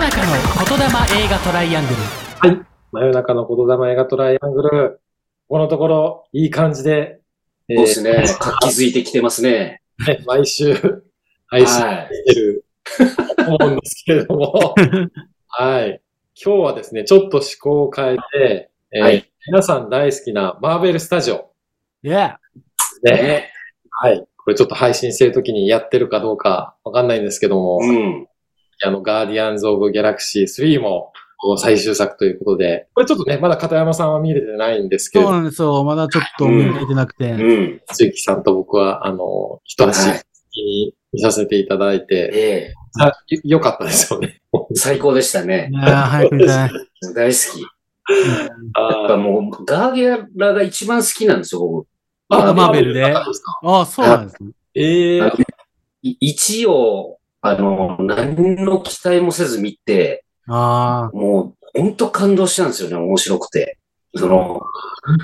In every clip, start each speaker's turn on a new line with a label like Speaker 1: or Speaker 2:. Speaker 1: 中の言霊映画トライアングル。
Speaker 2: はい。真夜中の言霊映画トライアングル。このところ、いい感じで、えー
Speaker 3: そうですね。活気づいてきてますね。
Speaker 2: ね毎週配信
Speaker 3: は
Speaker 2: してると思うんですけれど も、はい。今日はですね、ちょっと思考を変えて、え
Speaker 3: い。
Speaker 2: ー
Speaker 3: はい。
Speaker 2: 皆さん大好きなマーベルスタジオ
Speaker 1: いや、
Speaker 2: ですね。
Speaker 3: ね。
Speaker 2: はい。これちょっと配信してるときにやってるかどうかわかんないんですけども、
Speaker 3: うん。
Speaker 2: あの、ガーディアンズ・オブ・ギャラクシー3もこう最終作ということで、これちょっとね、まだ片山さんは見れてないんですけれ
Speaker 4: そう
Speaker 2: ど、
Speaker 4: なんですよ。まだちょっと
Speaker 3: うん
Speaker 4: 見れてなくて。
Speaker 3: うん。
Speaker 2: つゆきさんと僕は、あの、一足
Speaker 3: はい
Speaker 2: 先に見させていただいて、
Speaker 3: ええ
Speaker 2: あよよかったですよね。
Speaker 3: 最高でしたね。
Speaker 4: ね早く見たい。
Speaker 3: 大好き。やっぱ
Speaker 2: あ
Speaker 3: もう、ガーゲラが一番好きなんですよ、僕。
Speaker 4: あマーベルで
Speaker 2: ですか
Speaker 4: ああ、そうなんです ね。
Speaker 2: ええ
Speaker 3: あのい一応、あの、何の期待もせず見て、
Speaker 4: あ
Speaker 3: もう、ほんと感動したんですよね、面白くて。その、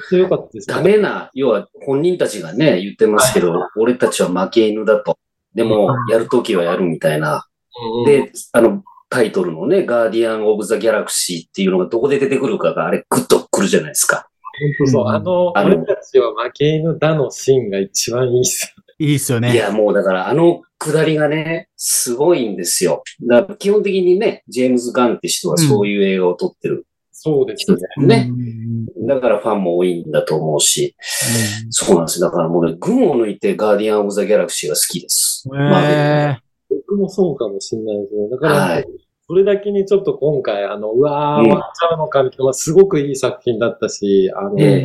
Speaker 2: 強かったです
Speaker 3: ダ
Speaker 2: ね。
Speaker 3: メな、要は本人たちがね、言ってますけど、俺たちは負け犬だと。でも、やるときはやるみたいな。
Speaker 2: で、
Speaker 3: で、あの、タイトルのね、ガーディアン・オブ・ザ・ギャラクシーっていうのがどこで出てくるかが、あれ、グッとくるじゃないですか。
Speaker 2: 本当そう、あの、
Speaker 3: あの
Speaker 2: 俺たちは負け犬だのシーンが一番いいっす。
Speaker 4: あ、いいっすよ
Speaker 3: い
Speaker 4: ね。
Speaker 3: や、もうだから、あの下りがね、すごいんですよ。だから基本的にね、ジェームズ・ガンって人はそういう映画を撮ってる
Speaker 2: そうです
Speaker 3: 人
Speaker 2: ね
Speaker 3: で。すよね。
Speaker 4: うんうん
Speaker 3: だからファンも多いんだと思うし、そうなんですよ。だからもうね、群を抜いてガーディアン・オブ・ザ・ギャラクシーが好きです。
Speaker 4: うん
Speaker 3: マーベル
Speaker 4: え
Speaker 2: 僕もそうかもしれないですね。だから、
Speaker 3: はい
Speaker 2: それだけにちょっと今回、あの、うわー、
Speaker 3: うん
Speaker 2: 終わっちゃうのかみたいな、まあすごくいい作品だったし、あの、あー
Speaker 3: ええ
Speaker 2: 終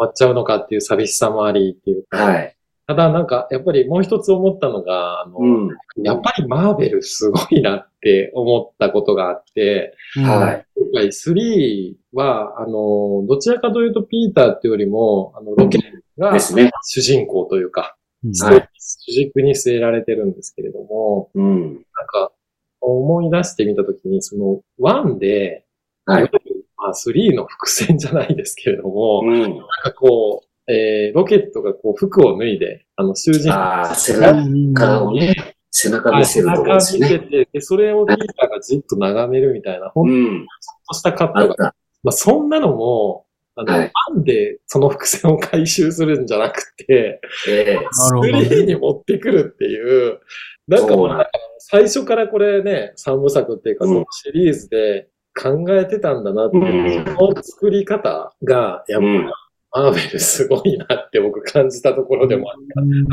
Speaker 2: わっちゃうのかっていう寂しさもありっていうか、
Speaker 3: はい。
Speaker 2: ただなんか、やっぱりもう一つ思ったのが、あの、
Speaker 3: うん。
Speaker 2: やっぱりマーベルすごいなって思ったことがあって、
Speaker 4: ー
Speaker 3: は。い。
Speaker 2: 今回3は、あの、どちらかというとピーターっていうよりも、あの、ロケが
Speaker 3: ですね。
Speaker 2: 主人公というか、
Speaker 4: うん
Speaker 3: はい
Speaker 2: 主軸に据えられてるんですけれども、
Speaker 3: うん。
Speaker 2: なんか、思い出してみたときに、その、1で、
Speaker 3: はい
Speaker 2: わゆるまあ、3の伏線じゃないですけれども、なん
Speaker 3: うん。
Speaker 2: かこう、えーロケットがこう、服を脱いで、あの、囚人
Speaker 3: ああ、背
Speaker 4: う
Speaker 3: 中
Speaker 4: ん
Speaker 3: をね、背中
Speaker 2: あ
Speaker 3: 見せるところです
Speaker 2: 背中
Speaker 3: ね。
Speaker 2: 見てて、で、それをピーターがじっと眺めるみたいな、ほん
Speaker 3: うん。
Speaker 2: としたカッ
Speaker 3: あ
Speaker 2: ト
Speaker 3: っ
Speaker 2: が。
Speaker 3: た。
Speaker 2: まあ、そんなのも、あの、
Speaker 3: はい
Speaker 2: なんでその伏線を回収するんじゃなくて、
Speaker 3: ええ
Speaker 4: なるほどね
Speaker 2: スクリーンに持ってくるっていう、なんかも
Speaker 3: そううなん
Speaker 2: 最初からこれね、三部作っていうか、
Speaker 3: うん
Speaker 2: そのシリーズで考えてたんだなっていう、
Speaker 3: うん
Speaker 2: その作り方が、やっぱ、
Speaker 3: うん
Speaker 2: マーベルすごいなって僕感じたところでもあ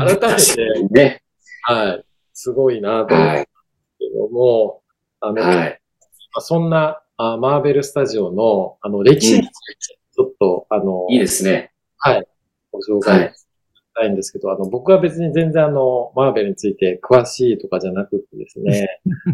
Speaker 4: あ
Speaker 2: る。改め
Speaker 3: 確か
Speaker 2: て、
Speaker 3: にね。
Speaker 2: はい、すごいなと思うんで
Speaker 3: は
Speaker 2: すけども、あ
Speaker 3: い。
Speaker 2: の、ま
Speaker 3: はい。
Speaker 2: あそんなあマーベルスタジオの、あの、歴史について、ちょっと、あの、
Speaker 3: いいですね。
Speaker 2: ご紹
Speaker 3: は
Speaker 2: 介
Speaker 3: い。
Speaker 2: したいんですけど、あの、僕は別に全然あの、マーベルについて詳しいとかじゃなくてですね。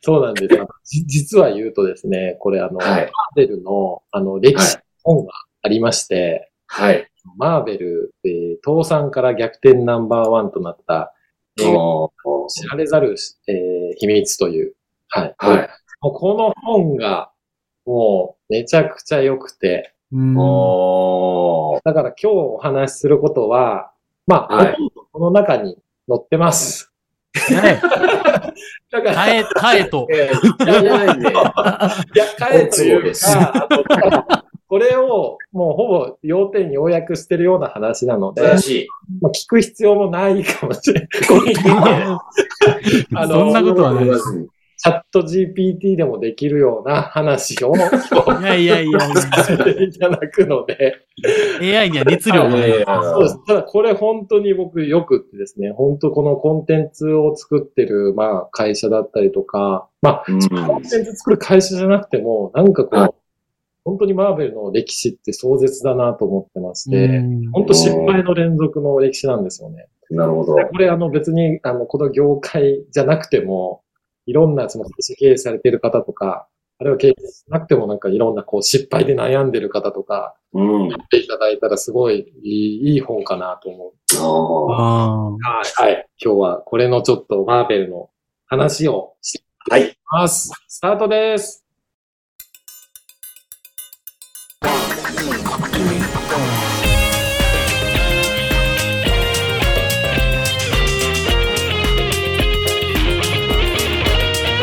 Speaker 2: そうなんですよ。じ実は言うとですね、これあの、
Speaker 3: は
Speaker 2: マー
Speaker 3: い。
Speaker 2: ベルの、あの、歴史本がありまして、
Speaker 3: はい。
Speaker 2: マーベル、えー倒産から逆転ナンバーワンとなった、えー
Speaker 3: おー
Speaker 2: 知られざる、えー秘密という、はい。
Speaker 3: はい。
Speaker 2: もうこの本が、もう、めちゃくちゃ良くて、
Speaker 4: うん
Speaker 3: おー
Speaker 2: だから今日お話しすることは、まあ、
Speaker 3: はい
Speaker 2: ほとんどこの中に載ってます。
Speaker 4: ね
Speaker 2: だから、
Speaker 4: 耐え、耐えと。
Speaker 2: えーい
Speaker 3: いや
Speaker 2: や
Speaker 3: い
Speaker 2: いや、
Speaker 3: やい
Speaker 2: い
Speaker 3: や
Speaker 2: や変えとい
Speaker 3: そうで
Speaker 2: う
Speaker 3: す
Speaker 2: か、あのただこれをもうほぼ要点に要約してるような話なの
Speaker 3: 素
Speaker 2: で、
Speaker 3: 晴らしい。
Speaker 2: まあ、聞く必要もないかもしれない。あの
Speaker 4: そんなことはない
Speaker 3: 言
Speaker 4: で
Speaker 3: わ
Speaker 4: す。
Speaker 3: ずに
Speaker 2: チャット GPT でもできるような話を
Speaker 4: いやいや いやい
Speaker 2: させていただくので、
Speaker 4: や、AI には熱量がない。
Speaker 3: いやいやいや
Speaker 2: そうです。ただこれ本当に僕よくってですね、本当このコンテンツを作ってる、まあ会社だったりとか、ま
Speaker 3: うん
Speaker 2: あコンテンツ作る会社じゃなくても、なんかこ、
Speaker 3: はいう
Speaker 2: 本当にマーベルの歴史って壮絶だなと思ってまして、
Speaker 4: うん
Speaker 2: 本当失敗の連続の歴史なんですよね。
Speaker 3: なるほど。
Speaker 2: でこれあの別に、あの、この業界じゃなくても、いろんなその経営されてる方とか、あるいは経営しなくてもなんかいろんなこう失敗で悩んでる方とか、
Speaker 3: うん。
Speaker 2: やっていただいたらすごいいいいい本かなと思う。
Speaker 3: おー
Speaker 4: あ
Speaker 2: はい。はい。今日はこれのちょっとマーベルの話をして
Speaker 3: はい。
Speaker 2: いきます。スタートです。
Speaker 4: あ。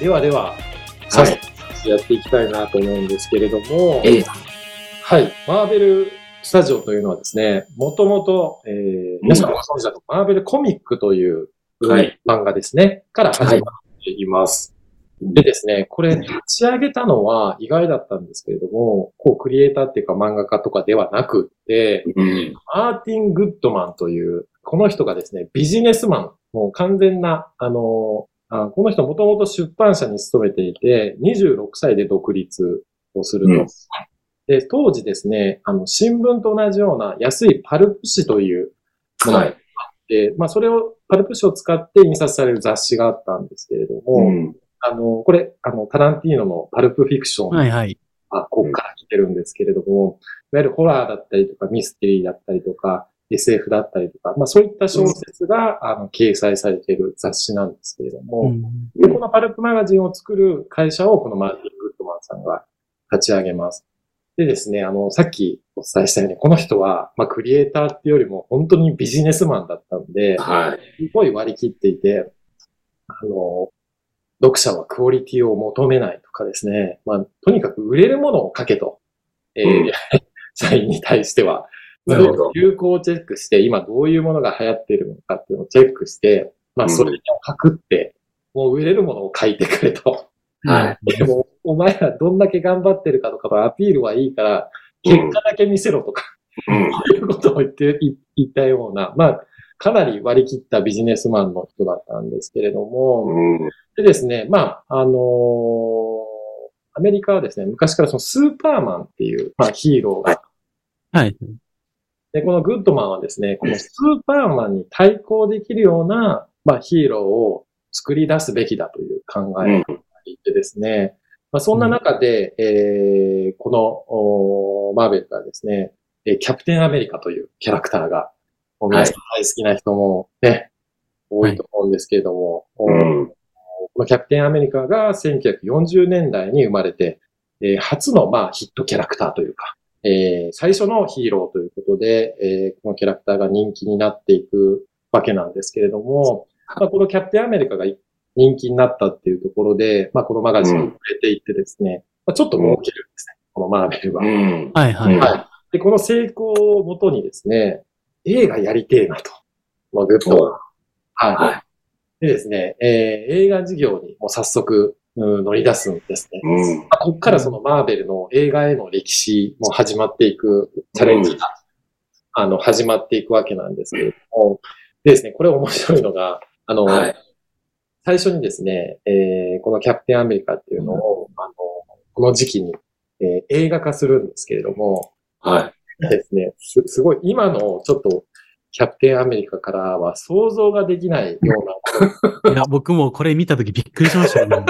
Speaker 2: ではでは、
Speaker 3: は
Speaker 2: 早
Speaker 3: い
Speaker 2: 速。やっていきたいなと思うんですけれども、
Speaker 3: ええ
Speaker 2: はい、マーベルスタジオというのはですね、もともと、えー、皆さんご存知だと、マーベルコミックという、
Speaker 3: はい
Speaker 2: 漫画ですね、から始まっています。でですね、これ立ち上げたのは意外だったんですけれども、こうクリエイターっていうか漫画家とかではなくって、
Speaker 3: うん。
Speaker 2: マーティン・グッドマンという、この人がですね、ビジネスマン、もう完全な、あの、あこの人もともと出版社に勤めていて、26歳で独立をすると。
Speaker 3: うん
Speaker 2: で、当時ですね、あの、新聞と同じような安いパルプ紙というものがあ
Speaker 3: はい
Speaker 2: っ。て、まあ、それを、パルプ紙を使って印刷される雑誌があったんですけれども、
Speaker 3: うん。
Speaker 2: あの、これ、あの、タランティーノのパルプフィクション
Speaker 4: はいはい。
Speaker 2: まあ、ここから来てるんですけれども、いわゆるホラーだったりとか、ミステリーだったりとか、SF だったりとか、まあそういった小説が、あの掲載されている雑誌なんですけれども、
Speaker 4: うん
Speaker 2: で、このパルプマガジンを作る会社をこのマーティン・グッドマンさんが立ち上げます。でですね、あの、さっきお伝えしたように、この人は、まあクリエイターっていうよりも本当にビジネスマンだったんで、
Speaker 3: はい。
Speaker 2: すごい割り切っていて、あの、読者はクオリティを求めないとかですね、まあ、とにかく売れるものを書けと、えー
Speaker 3: うん
Speaker 2: 社員に対しては、
Speaker 3: なるほど
Speaker 2: 流行をチェックして、今どういうものが流行っているのかっていうのをチェックして、まあ、それを書くって、もう売れるものを書いてくれと。
Speaker 3: はい。
Speaker 2: でも、お前らどんだけ頑張ってるかとかのアピールはいいから、結果だけ見せろとか、
Speaker 3: うん。
Speaker 2: いうことを言って、い言ったような、まあ、かなり割り切ったビジネスマンの人だったんですけれども、
Speaker 3: うん。
Speaker 2: でですね、まあ、あのーアメリカはですね、昔からそのスーパーマンっていう、まあ、ヒーローが、
Speaker 4: はい。
Speaker 2: で、このグッドマンはですね、このスーパーマンに対抗できるような、まあ、ヒーローを作り出すべきだという考え
Speaker 3: うん。
Speaker 2: いてですね、まあ、そんな中で、えーこのおーマーベルがですね、えーキャプテンアメリカというキャラクターが、もう皆さん大好きな人もね、多いと思うんですけれども、おー
Speaker 3: うん。
Speaker 2: このキャプテンアメリカが1940年代に生まれて、えー初の、まあ、ヒットキャラクターというか、えー最初のヒーローということで、えーこのキャラクターが人気になっていくわけなんですけれども、まあ、このキャプテンアメリカが人気になったっていうところで、まあ、このマガジンに触れていってですね、まあ、ちょっと儲けるんですね、このマーベルは。
Speaker 3: うん。
Speaker 4: はいはい。
Speaker 3: は
Speaker 2: で、この成功をもとにですね、映画やりてえなと。まあ、グッドは。
Speaker 3: は
Speaker 2: はい。でですね、えー映画事業にもう早速、うん乗り出すんですね。
Speaker 3: うん。
Speaker 2: まあこっからそのマーベルの映画への歴史も始まっていくチャレンジが、あの、始まっていくわけなんですけれども、でですね、これ面白いのが、あの、
Speaker 3: はい。
Speaker 2: 最初にですね、えーこのキャプテンアメリカっていうのを、あの、この時期に、えー映画化するんですけれども、
Speaker 3: はい。
Speaker 2: ですね、すすごい、今のちょっと、キャプテンアメリカからは想像ができないような、
Speaker 4: いや、僕もこれ見たときびっくりしましたよ。 もう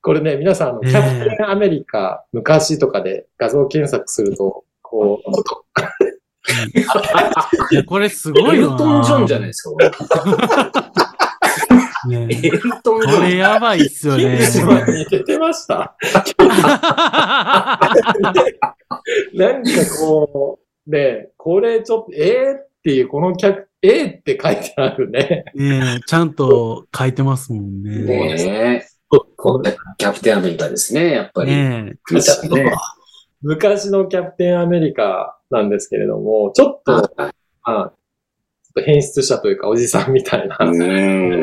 Speaker 2: これね、皆さんあの、
Speaker 4: え
Speaker 2: キ
Speaker 4: え
Speaker 2: ャプテンアメリカ、昔とかで画像検索すると、こ う、ちょっと
Speaker 4: いや、これすご
Speaker 3: エ
Speaker 4: いよ
Speaker 3: ル
Speaker 4: な。
Speaker 3: トン・ジョンじゃないですか、これ
Speaker 4: ね
Speaker 3: エルトン・ジ
Speaker 4: こ
Speaker 3: ョ
Speaker 4: れ
Speaker 3: ン。
Speaker 4: やばいっすよ ね。
Speaker 2: 似ててました。
Speaker 4: は
Speaker 2: なんかこう、で、これちょっと、えー、っていう、このキャプ、えー、って書いてあるね。
Speaker 4: ねえちゃんと書いてますもんね。
Speaker 3: ねえ。これキャプテン・アメリカですね、やっぱり。
Speaker 4: ね
Speaker 3: 見たらね。
Speaker 2: 昔のキャプテンアメリカなんですけれども、ちょっと、まあ、ちょっと変質者というか、おじさんみたいな。
Speaker 3: う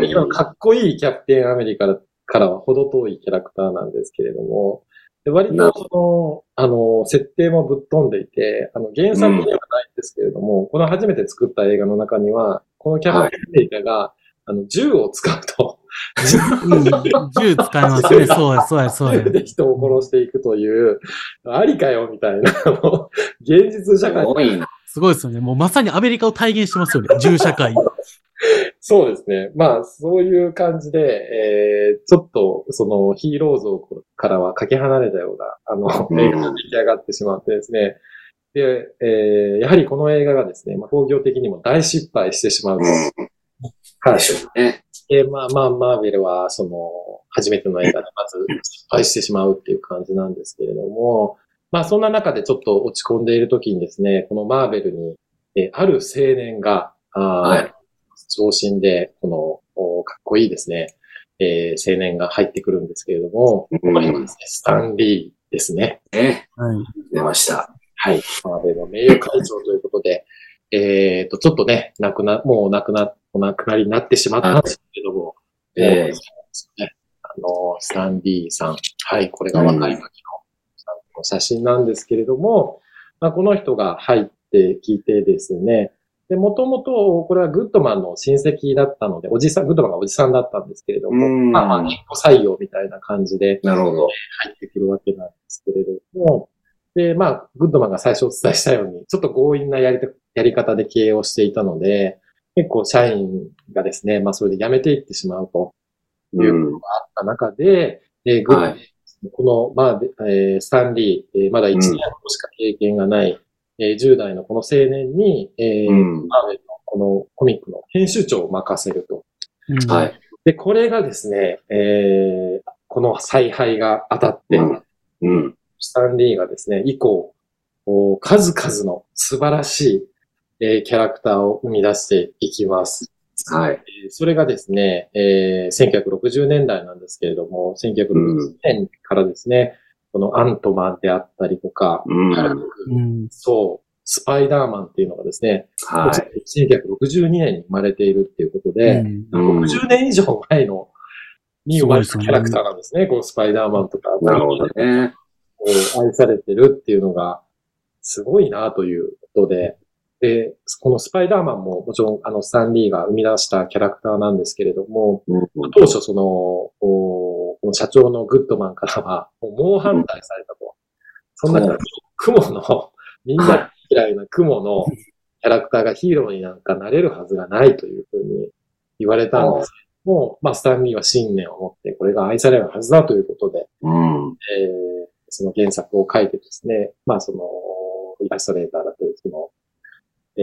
Speaker 3: ん
Speaker 2: 今かっこいいキャプテンアメリカからは程遠いキャラクターなんですけれども、で割
Speaker 3: なる
Speaker 2: とその、あの、設定もぶっ飛んでいて、あの、原作ではないんですけれども、この初めて作った映画の中には、このキャプテンアメリカが、あの、銃を使うと、
Speaker 4: え。うん銃使いますね。そうや、そうや、そうや
Speaker 2: 銃。で人を殺していくという、ありかよ、みたいな、もう現実社
Speaker 3: す
Speaker 2: 会。
Speaker 3: ごいな。
Speaker 4: すごいですよね。もうまさにアメリカを体現してますよね。銃社会。
Speaker 2: そうですね。まあ、そういう感じで、えー、ちょっと、その、ヒーロー像からはかけ離れたような、あの、
Speaker 3: うん
Speaker 2: 映画が出来上がってしまってですね。で、えー、やはりこの映画がですね、まあ、工業的にも大失敗してしまう。
Speaker 3: うん
Speaker 2: はい
Speaker 3: で。しょうね。
Speaker 2: で、まあまあ、マーベルは、その、初めての映画でまず失敗してしまうっていう感じなんですけれども、まあそんな中でちょっと落ち込んでいる時にですね、このマーベルに、えある青年が、あー
Speaker 3: はい
Speaker 2: 長身で、この、おかっこいいですね、えー青年が入ってくるんですけれども、
Speaker 3: うん
Speaker 2: この人はですねスタンリーですね。
Speaker 3: ね。
Speaker 4: はい。
Speaker 3: 出ました。
Speaker 2: はい。マーベルの名誉会長ということで、えっと、ちょっとね、亡くな、もう亡くな、お亡くなりになってしまったんですけれども、
Speaker 3: はいええ
Speaker 2: ーそうですねあの、スタンリーさん。はい、これが若い時のスタンリーの写真なんですけれども、まあ、この人が入ってきてですね、で、もともと、これはグッドマンの親戚だったので、おじさん、グッドマンがおじさんだったんですけれども、
Speaker 3: ん
Speaker 2: まあまあ、結構採用みたいな感じで、
Speaker 3: なるほど。
Speaker 2: 入ってくるわけなんですけれども、で、まあ、グッドマンが最初お伝えしたように、ちょっと強引なやりたやり方で経営をしていたので、結構社員がですね、まあ、それで辞めていってしまうとい
Speaker 3: うん
Speaker 2: うことがあった中で、でグッドマン
Speaker 3: は
Speaker 2: この、まあ、えースタンリー、えーまだ1年しか経験がない、えー10代のこの青年に、えー
Speaker 3: うん
Speaker 2: マーベルのこのコミックの編集長を任せると。
Speaker 4: うん
Speaker 3: は。い。
Speaker 2: で、これがですね、えーこの采配が当たって、
Speaker 3: うんうん。
Speaker 2: スタンリーがですね、以降、こう数々の素晴らしい、えーキャラクターを生み出していきます。
Speaker 3: はい。
Speaker 2: えーそれがですね、えー1960年代なんですけれども、1960年からですね、このアントマンであったりとか、
Speaker 3: うん。は
Speaker 4: うん。
Speaker 2: そう、スパイダーマンっていうのがですね、
Speaker 3: い。
Speaker 2: 1962年に生まれているっていうこと
Speaker 4: う
Speaker 2: で、
Speaker 4: ん
Speaker 3: うん
Speaker 2: 60年以上前のに生まれたキャラクターなんですね、このスパイダーマンとか。
Speaker 3: なるほどね。
Speaker 2: こう愛されてるっていうのが、すごいなということで、で、このスパイダーマンももちろんあのスタンリーが生み出したキャラクターなんですけれども、
Speaker 3: うん
Speaker 2: 当初その、おこの社長のグッドマンからは、もう猛反対されたと。そんな中、雲の、みんな嫌いな雲のキャラクターがヒーローになんかなれるはずがないというふうに言われたんですけども、まあ、スタンリーは信念を持って、これが愛されるはずだということで、
Speaker 3: うん。
Speaker 2: えーその原作を書いてですね、まあその、イラストレーターだったり、その、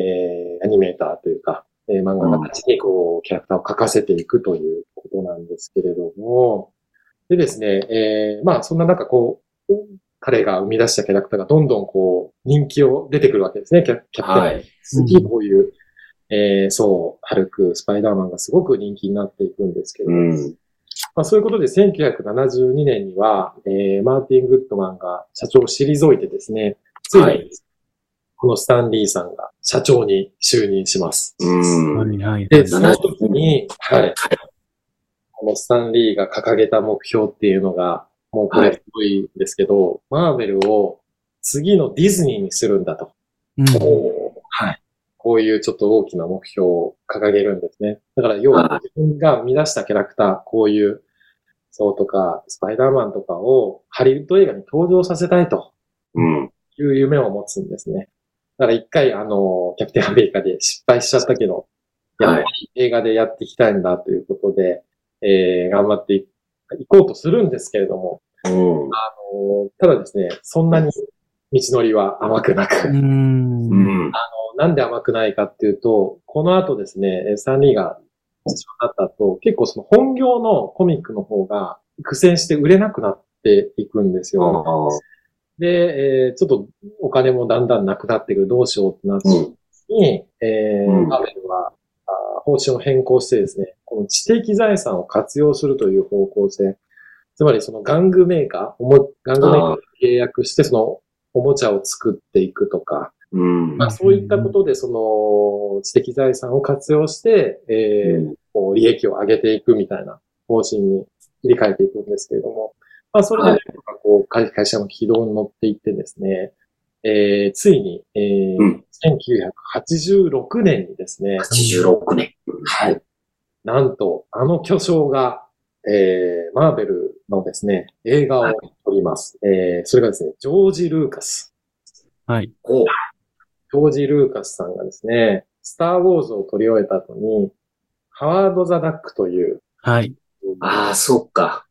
Speaker 2: えーアニメーターというか、えー漫画家たちにこう、キャラクターを描かせていくということなんですけれども、でですね、えーまあそんな中こう、彼が生み出したキャラクターがどんどんこう、人気を出てくるわけですね、キャキャプテン。
Speaker 3: はい。
Speaker 2: 次、こういう、えーそう、ハルク、スパイダーマンがすごく人気になっていくんですけれど
Speaker 3: う
Speaker 2: も、
Speaker 3: ん。
Speaker 2: まあ、そういうことで1972年には、えーマーティン・グッドマンが社長を退いてですね、つい
Speaker 3: は
Speaker 2: にこのスタンリーさんが社長に就任します。
Speaker 3: うん。
Speaker 4: はいはい。
Speaker 2: で、その時に、はい。このスタンリーが掲げた目標っていうのが、もうこれすごいんですけど、マーベルを次のディズニーにするんだと。
Speaker 4: うん
Speaker 2: はい。こういうちょっと大きな目標を掲げるんですね。だから要は
Speaker 3: は
Speaker 2: 自分が生み出したキャラクター、こういう、そうとか、スパイダーマンとかをハリウッド映画に登場させたいと
Speaker 3: うん。
Speaker 2: いう夢を持つんですね。だから一回あの、キャプテンアメリカで失敗しちゃったけど、やっぱ
Speaker 3: は
Speaker 2: り
Speaker 3: い。
Speaker 2: 映画でやっていきたいんだということで、えー、頑張っていいこうとするんですけれども、
Speaker 3: うん。
Speaker 2: あのただですね、そんなに道のりは甘くなく、
Speaker 4: うん。
Speaker 3: う
Speaker 4: うん。
Speaker 3: ん。
Speaker 2: なんで甘くないかっていうと、この後ですね、えーサニーが社長になった後、結構その本業のコミックの方が苦戦して売れなくなっていくんですよ。で、えーちょっとお金もだんだんなくなってくる、どうしようってなった時に、えー
Speaker 3: うん
Speaker 2: マーベルはあー方針を変更してですね、この知的財産を活用するという方向性、つまりその玩具メーカー、おも玩具メーカーと契約して、そのおもちゃを作っていくとか、
Speaker 3: うん。
Speaker 2: まあ、そういったことで、その、知的財産を活用して、えーこう利益を上げていくみたいな方針に切り替えていくんですけれども、まあ、それで、
Speaker 3: はい
Speaker 2: こう、会会社の軌道に乗っていってですね、えーついに、えー
Speaker 3: うん
Speaker 2: 1986年にですね、
Speaker 3: 86年。
Speaker 2: はい。なんと、あの巨匠が、えーマーベルのですね、映画を撮ります。えーそれがですね、ジョージ・ルーカス。
Speaker 4: はい。
Speaker 3: おう。
Speaker 2: ジョージ・ルーカスさんがですね、スター・ウォーズを撮り終えた後に、ハワード・ザ・ダックという、
Speaker 4: はい。
Speaker 3: ああ、そっか。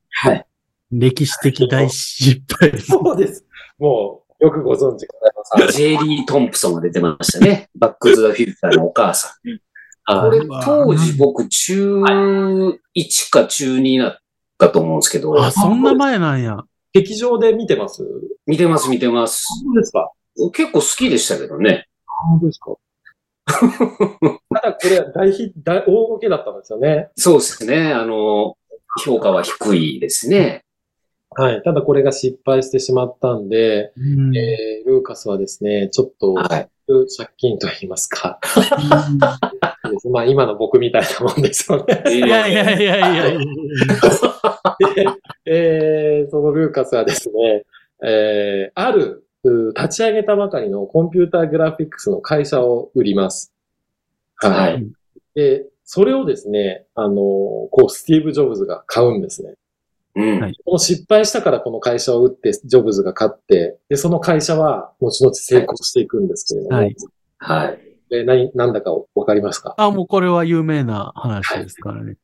Speaker 4: 歴史的大失敗。
Speaker 2: そうです。もう、よくご存知、片山さん。
Speaker 3: ジェリー・トンプソンが出てましたね。バック・ズ・ザ・フューチャーのお母さん。これ
Speaker 4: うわ、
Speaker 3: 当時僕、中1か中2だったと思うんですけど、
Speaker 4: あ、そんな前なんや。
Speaker 2: 劇場で見てますそ
Speaker 3: 見てます、見てます。
Speaker 2: うですか
Speaker 3: 結構好きでしたけどね。
Speaker 2: 本当です かただこれは大ヒット、大大ごけだったんですよね。
Speaker 3: そうですね。あの、評価は低いですね。
Speaker 2: はい。ただこれが失敗してしまったんで、
Speaker 4: うん
Speaker 2: えールーカスはですね、ちょっと、
Speaker 3: はい。
Speaker 2: 借金と言いますか。 ですまあ今の僕みたいなもんですよね。
Speaker 4: いやいやいやいや いや。
Speaker 2: えーそのルーカスはですね、えーある、うー立ち上げたばかりのコンピューターグラフィックスの会社を売ります。
Speaker 3: は
Speaker 2: はい。
Speaker 3: い。
Speaker 2: で、それをですね、あの、こう、スティーブ・ジョブズが買うんですね。
Speaker 3: うん。
Speaker 4: はい
Speaker 2: この失敗したからこの会社を売って、ジョブズが買って、で、その会社は、後々成功していくんですけれども、
Speaker 4: はい
Speaker 3: はい。
Speaker 2: で何、なんだかわかりますか
Speaker 4: あ、もうこれは有名な話ですからね。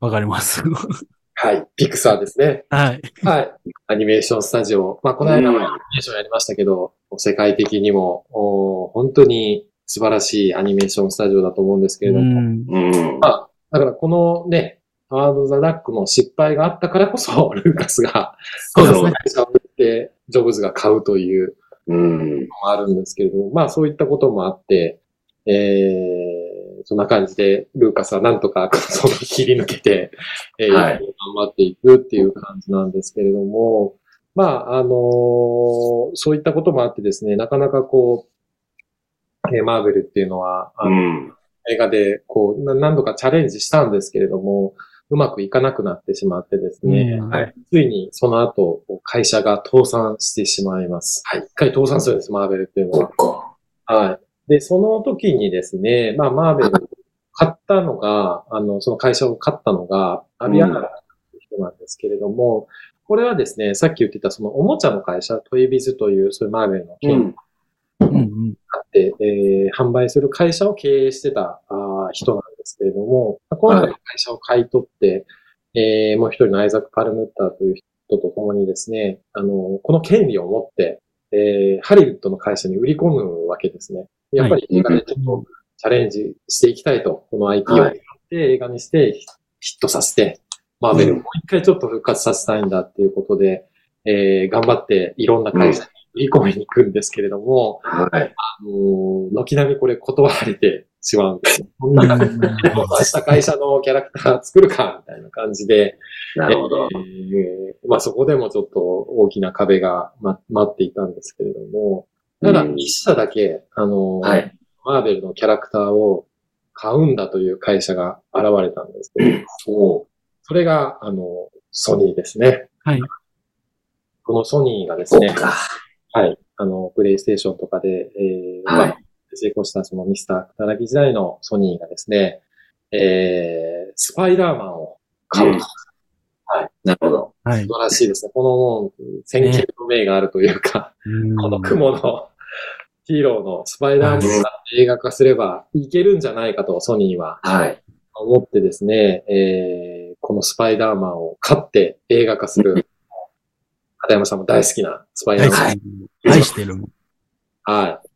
Speaker 4: わかります。
Speaker 2: はい。ピクサーですね。
Speaker 4: はい。
Speaker 2: はい。アニメーションスタジオ。まあ、この間も
Speaker 3: う
Speaker 2: アニ
Speaker 3: ん
Speaker 2: メーションやりましたけど、世界的にも、おー本当に素晴らしいアニメーションスタジオだと思うんですけれど
Speaker 4: う
Speaker 2: も、
Speaker 4: ん
Speaker 3: うん。
Speaker 2: あだからこのね、ハード・ザ・ダックの失敗があったからこそ、ルーカスが、
Speaker 4: そうです ね。
Speaker 2: 会社を売って、ジョブズが買うという、
Speaker 3: うん。
Speaker 2: もあるんですけれども、まあそういったこともあって、えー、そんな感じで、ルーカスはなんとかその切り抜けて、えー
Speaker 3: はい
Speaker 2: 頑張っていくっていう感じなんですけれども、まあ、あのーそういったこともあってですね、なかなかこう、えーマーベルっていうのは、あ
Speaker 3: う
Speaker 2: の
Speaker 3: ん。
Speaker 2: 映画でこうな何度かチャレンジしたんですけれども、うまくいかなくなってしまってですね、
Speaker 4: うん
Speaker 2: はいついにその後、会社が倒産してしまいます。はい。一回倒産するんです、マーベルっていうの
Speaker 3: そ
Speaker 2: は
Speaker 3: っ。か。
Speaker 2: はい。で、その時にですね、まあ、マーベルを買ったのが、 あの、その会社を買ったのが、アビアナラという人なんですけれども、これはですね、さっき言ってたそのおもちゃの会社、トイビズという、そういうマーベルの
Speaker 3: う
Speaker 2: を
Speaker 3: ん。
Speaker 4: うんうん
Speaker 2: 買って、えー販売する会社を経営してたあー人なんですけれども、まあ今回
Speaker 3: は
Speaker 2: 会社を買い取って、えーもう一人のアイザック・パルムッターという人と共にですね、あの、この権利を持って、えーハリウッドの会社に売り込むわけですね。やっぱり映画でちょっとチャレンジしていきたいと、この IP をや
Speaker 3: は
Speaker 2: っ
Speaker 3: い。
Speaker 2: て映画にしてヒットさせて、マーベルをもう一回ちょっと復活させたいんだっていうことで、えー頑張っていろんな会社に売り込みに行くんですけれども、
Speaker 3: はい。
Speaker 2: あのー軒並みこれ断られてしまうんですよ。こん
Speaker 4: う。
Speaker 2: なんことはした会社のキャラクター作るか、みたいな感じで、
Speaker 3: なるほど。
Speaker 2: えーまあそこでもちょっと大きな壁が、ま、待っていたんですけれども、ただ
Speaker 3: うん
Speaker 2: 一社だけ、あのー
Speaker 3: はい。
Speaker 2: マーベルのキャラクターを買うんだという会社が現れたんですけど、
Speaker 3: そ
Speaker 2: それが、あのーソニーですね。
Speaker 4: はい。
Speaker 2: このソニーがで
Speaker 3: う。そ
Speaker 2: す
Speaker 3: う
Speaker 2: ね、
Speaker 3: か。
Speaker 2: はい。あの、プレイステーションとかで、えー、ま
Speaker 3: は
Speaker 2: あ
Speaker 3: い。
Speaker 2: 成功したそのミスター・働き時代のソニーがですね、えー、スパイダーマンを買うと。
Speaker 3: うん
Speaker 2: 素
Speaker 3: なるほど。
Speaker 4: はい。
Speaker 2: 晴らしいですね。このもう、先見の明があるというか、この雲のヒーローのスパイダーマンが映画化すればいけるんじゃないかとソニーは
Speaker 3: はい。
Speaker 2: 思ってですね、えー、このスパイダーマンを買って映画化する、片山さんも大好きなスパイダーマン
Speaker 4: 愛してる。愛してるもん。
Speaker 2: はい。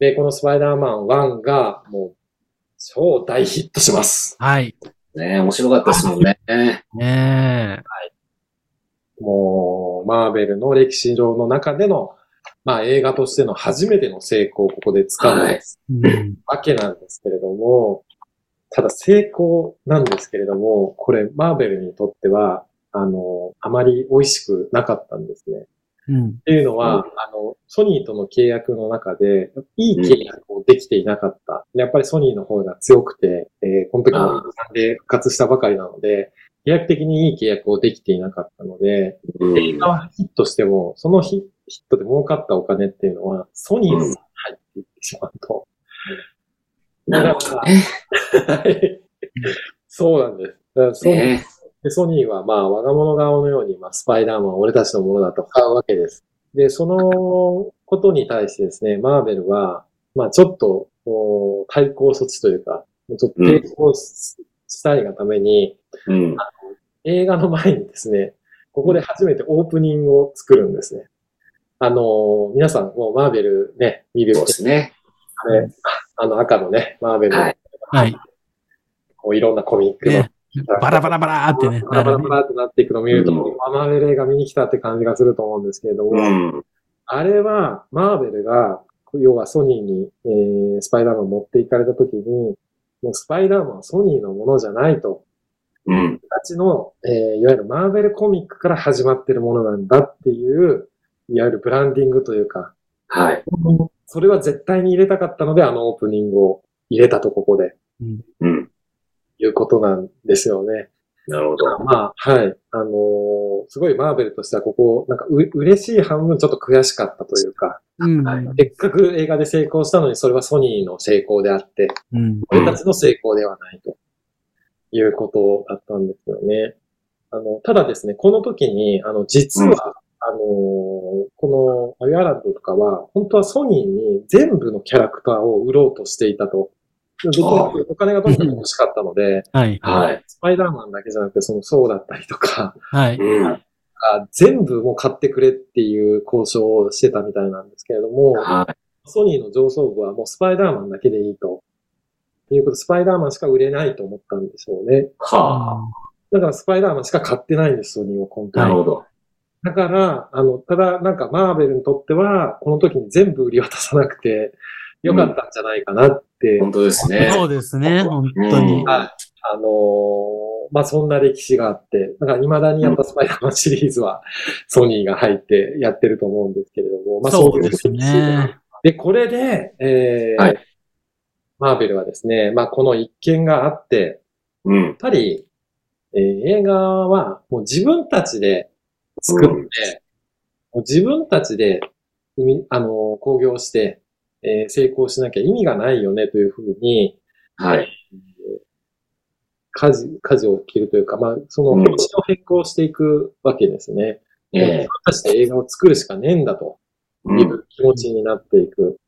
Speaker 2: で、このスパイダーマン1が、もう、超大ヒットします。
Speaker 4: はい。
Speaker 3: ね面白かったですもんね。
Speaker 4: ねえ。
Speaker 2: もう、マーベルの歴史上の中での、まあ映画としての初めての成功をここで掴ん
Speaker 3: は
Speaker 2: だ
Speaker 3: い。
Speaker 4: うん
Speaker 2: わけなんですけれども、ただ成功なんですけれども、これマーベルにとっては、あの、あまり美味しくなかったんですね。
Speaker 4: うん。
Speaker 2: っていうのは、
Speaker 3: うん
Speaker 2: あの、ソニーとの契約の中で、いい契約をできていなかった。やっぱりソニーの方が強くて、えーこの時もで復活したばかりなので、契約的にいい契約をできていなかったので、
Speaker 3: うん。
Speaker 2: ヒットしても、そのヒヒットで儲かったお金っていうのは、ソニーに入っていってしまうと。
Speaker 3: なるほどね。
Speaker 2: はいそうなんです。だからソニー
Speaker 3: ね
Speaker 2: で、ソニーはまあ、我が物顔のように、まあ、スパイダーマンは俺たちのものだと買うわけです。で、そのことに対してですね、マーベルは、まあ、ちょっと、こう対抗措置というか、ちょっと抵抗ししたいがために、
Speaker 3: うん。
Speaker 2: 映画の前にですね、ここで初めてオープニングを作るんですね。あのー皆さん、もうマーベルね、見る
Speaker 3: そう
Speaker 2: と
Speaker 3: ですね。
Speaker 2: ね、あの赤のね、マーベル
Speaker 3: は
Speaker 2: の
Speaker 3: い、
Speaker 4: はい。
Speaker 2: こういろんなコミックの
Speaker 4: ねバラバラバラーってね。
Speaker 2: バラバラバラってなっていくのを見ると、
Speaker 3: うん
Speaker 2: アマーベル映画見に来たって感じがすると思うんですけれども、
Speaker 3: うん。
Speaker 2: あれは、マーベルが、要はソニーに、えースパイダーマンを持っていかれた時に、もうスパイダーマンはソニーのものじゃないと。
Speaker 3: うん。
Speaker 2: たちの、えーいわゆるマーベルコミックから始まってるものなんだっていう、いわゆるブランディングというか、
Speaker 3: はい。
Speaker 2: それは絶対に入れたかったので、あのオープニングを入れたとここで、
Speaker 3: うん。
Speaker 2: いうことなんですよね。
Speaker 3: なるほど。
Speaker 2: まあ、はい。あのーすごいマーベルとしてはここ、なんかう嬉しい半分ちょっと悔しかったというか、
Speaker 4: うん。
Speaker 3: はい
Speaker 2: せっかく映画で成功したのに、それはソニーの成功であって、
Speaker 4: うん。
Speaker 2: 俺たちの成功ではないということだったんですよね。あの、ただですね、この時に、あの、実は、
Speaker 3: うん
Speaker 2: あのーこのアイアランドとかは、本当はソニーに全部のキャラクターを売ろうとしていたと。で
Speaker 3: ああ
Speaker 2: お金がとにかく欲しかったので、
Speaker 4: はい。
Speaker 3: はい。
Speaker 2: スパイダーマンだけじゃなくて、そのソーだったりとか、
Speaker 4: はい。
Speaker 3: うん。
Speaker 2: あ全部もう買ってくれっていう交渉をしてたみたいなんですけれども、
Speaker 3: はい。
Speaker 2: ソニーの上層部はもうスパイダーマンだけでいいと。いうことで、スパイダーマンしか売れないと思ったんでしょうね。
Speaker 3: は
Speaker 2: だからスパイダーマンしか買ってないんです、ソニーは今
Speaker 3: あ。
Speaker 2: 回。
Speaker 3: なるほど。
Speaker 2: だから、あの、ただなんかマーベルにとっては、この時に全部売り渡さなくてよかったんじゃないかなって、
Speaker 3: 本当ですね。
Speaker 4: そうですね、本
Speaker 3: うん
Speaker 4: 当に。
Speaker 2: はいあのーまあ、そんな歴史があって、だから未だにやっぱスパイダーマンシリーズはソニーが入ってやってると思うんですけれども、まあ、
Speaker 4: そう
Speaker 2: いう
Speaker 4: ですね。
Speaker 2: で、これで、えー
Speaker 3: はい
Speaker 2: マーベルはですね、まあ、この一件があって、
Speaker 3: うん。
Speaker 2: やっぱり、えー映画はもう自分たちで作って、
Speaker 3: うん
Speaker 2: もう自分たちで生み、あのー、興行して、えー成功しなきゃ意味がないよねというふうに、
Speaker 3: はい。
Speaker 2: 舵、舵を切るというか、まあ、その、
Speaker 3: う
Speaker 2: 方
Speaker 3: ん
Speaker 2: 針を変更していくわけですね。
Speaker 3: え
Speaker 2: 自分
Speaker 3: え。
Speaker 2: たちで映画を作るしかねえんだと。
Speaker 3: う
Speaker 2: い
Speaker 3: ん。
Speaker 2: う気持ちになっていく。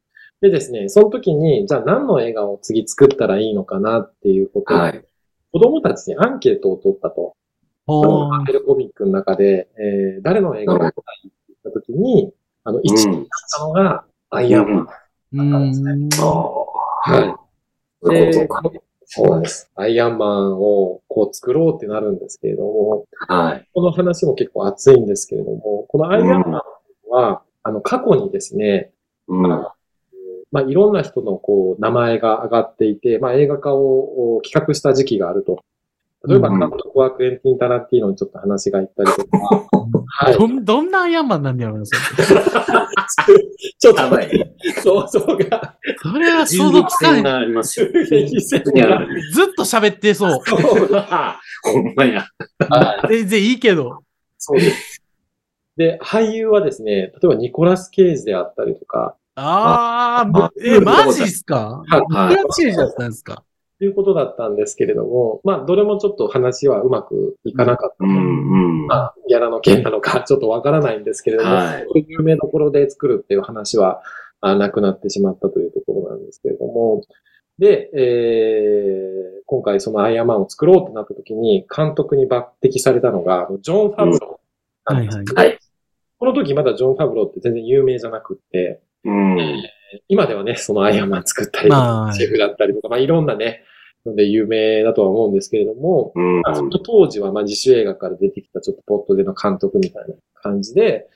Speaker 2: でですね、その時に、じゃあ何の映画を次作ったらいいのかなっていうことを、
Speaker 3: はい。
Speaker 2: 子供たちにアンケートを取ったと。
Speaker 4: ほ
Speaker 2: この
Speaker 4: う
Speaker 2: マーベルコミックの中で、えー誰の映画を作ったらいいって言った時に、あの、1位になったのが、アイアン
Speaker 4: う
Speaker 2: マン。
Speaker 4: ん。
Speaker 3: ああ。
Speaker 2: はい。
Speaker 3: そういうことか。
Speaker 2: そうなんです。アイアンマンをこう作ろうってなるんですけれども、
Speaker 3: はい。
Speaker 2: この話も結構熱いんですけれども、このアイアンマンは、あの、過去にですね、
Speaker 3: うん。
Speaker 2: まあ、いろんな人のこう名前が上がっていて、まあ、映画化をお企画した時期があると。例えば、
Speaker 3: うん
Speaker 2: 監督はクエンティン・タランティーノにちょっと話がいったりとか。 はい。
Speaker 4: どん、どんなアイアンマンなんだろうな、それ。
Speaker 2: ちょっ
Speaker 3: 甘い。
Speaker 2: と想像が、
Speaker 4: それは
Speaker 3: 中
Speaker 4: 想像
Speaker 3: 毒
Speaker 4: つかない
Speaker 3: 性。があり ますよ。
Speaker 2: 激戦
Speaker 3: いや
Speaker 2: が。
Speaker 4: ずっと喋って そう。
Speaker 3: ほんまや。
Speaker 2: はい
Speaker 4: 全然いいけど。
Speaker 2: そうです。 で、俳優はですね、例えばニコラス・ケイジであったりとか、
Speaker 4: あー
Speaker 3: あ、
Speaker 4: え、マジっすか
Speaker 2: はい
Speaker 4: いくらチェンジだったんですか
Speaker 2: ということだったんですけれども、まあ、どれもちょっと話はうまくいかなかった。
Speaker 3: うんうん。
Speaker 2: まあ、ギャラの件なのか、ちょっとわからないんですけれども、
Speaker 3: はい
Speaker 2: こういう有名どころで作るっていう話はあなくなってしまったというところなんですけれども、で、えー今回そのアイアンマンを作ろうってなった時に、監督に抜擢されたのが、ジョン・ファブローなん
Speaker 4: は
Speaker 2: で
Speaker 4: い
Speaker 2: す、
Speaker 4: はい。
Speaker 2: この時まだジョン・ファブローって全然有名じゃなくって、
Speaker 3: うん。
Speaker 2: 今ではね、そのアイアンマン作ったりとか、
Speaker 4: まあ
Speaker 2: シェフだったりとか、まあいろんなね、ので有名だとは思うんですけれども、
Speaker 3: うん。
Speaker 2: まあその当時はまあ自主映画から出てきたちょっとポットでの監督みたいな感じで、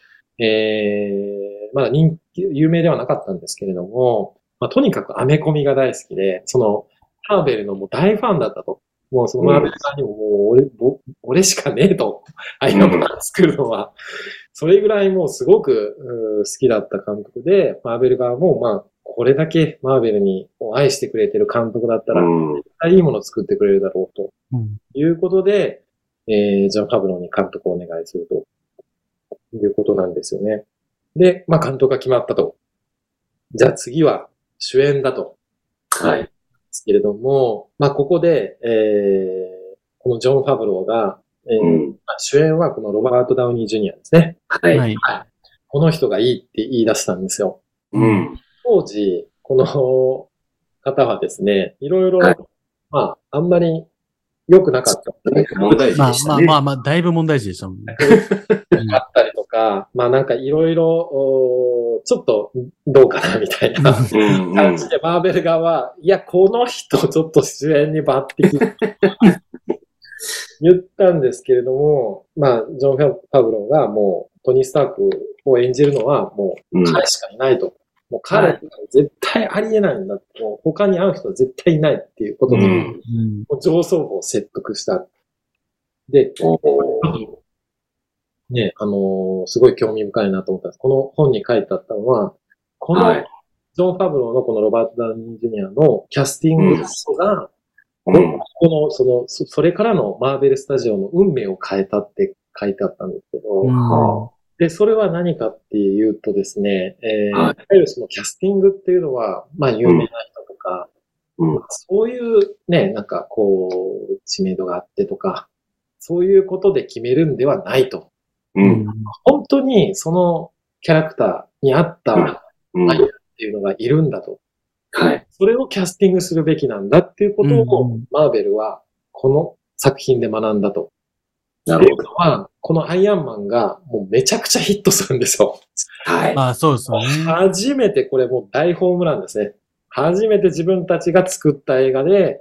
Speaker 2: えー、まだ人気、有名ではなかったんですけれども、まあ、とにかくアメコミが大好きで、その、ハーベルのもう大ファンだったと。もうそのマーベルさんにももう俺、ぼ俺しかねえと。アイアンマン作るのは。それぐらいもうすごくうー好きだった監督で、マーベル側もまあ、これだけマーベルに愛してくれてる監督だったら、
Speaker 3: うん
Speaker 2: 絶対いいものを作ってくれるだろうと。
Speaker 4: うん
Speaker 2: ということで、えー、ジョン・ファブローに監督をお願いするということなんですよね。で、まあ、監督が決まったと。じゃあ次は主演だと。
Speaker 3: はい。
Speaker 2: ですけれども、まあ、ここで、えー、このジョン・ファブローが、えー
Speaker 3: うん。
Speaker 2: まあ主演はこのロバート・ダウニー・ジュニアですね。
Speaker 3: はい。
Speaker 4: はい。
Speaker 2: この人がいいって言い出したんですよ。
Speaker 3: うん。
Speaker 2: 当時、この方はですね、いろいろ、
Speaker 3: はい
Speaker 2: まあ、あんまり良くなかった。
Speaker 3: 問題児
Speaker 4: まあ
Speaker 3: でし
Speaker 4: ま
Speaker 3: た
Speaker 4: あ
Speaker 3: ね。
Speaker 4: まあまあ、だいぶ問題児でしたもんね。
Speaker 2: あったりとか、まあなんかいろいろ、おーちょっとどうかなみたいな
Speaker 3: うんう
Speaker 2: 感
Speaker 3: ん
Speaker 2: じで、マーベル側は、いや、この人ちょっと主演に抜擢言ったんですけれども、まあ、ジョン・ファブローがもうトニー・スタークを演じるのはも
Speaker 3: う。
Speaker 2: うん彼しかいないと。もう彼は絶対ありえないんだって、もう他に会う人は絶対いないっていうこと
Speaker 3: う
Speaker 2: で、
Speaker 3: ん。
Speaker 4: うん
Speaker 2: もう上層部を説得した。で、
Speaker 3: お
Speaker 2: ね、あのーすごい興味深いなと思ったんです。この本に書いてあったのは、この、
Speaker 3: はい
Speaker 2: ジョン・ファブローのこのロバート・ダウニー・ジュニアのキャスティングこそが、
Speaker 3: う
Speaker 2: こ
Speaker 3: ん
Speaker 2: の、そのそ、それからのマーベル・スタジオの運命を変えたって書いてあったんですけど、
Speaker 4: うん
Speaker 2: で、それは何かっていうとですね、えー
Speaker 3: はい
Speaker 2: いわゆるそのキャスティングっていうのは、まあ、有名な人とか、
Speaker 3: うん
Speaker 2: そういうね、なんかこう、知名度があってとか、そういうことで決めるんではないと。
Speaker 3: うん。
Speaker 2: 本当にそのキャラクターに合った
Speaker 3: うん
Speaker 2: っ
Speaker 3: うん
Speaker 2: はいていうのがいるんだと。
Speaker 3: はい。
Speaker 2: それをキャスティングするべきなんだっていうこと
Speaker 4: うん
Speaker 2: を
Speaker 4: うん、
Speaker 2: マーベルはこの作品で学んだと。
Speaker 3: な
Speaker 2: ってい
Speaker 3: るほ
Speaker 2: う
Speaker 3: ど。
Speaker 2: のは、このアイアンマンがもうめちゃくちゃヒットするんですよ。
Speaker 3: はい。
Speaker 4: まあ、そうですよね。
Speaker 2: 初めてこれもう大ホームランですね。初めて自分たちが作った映画で、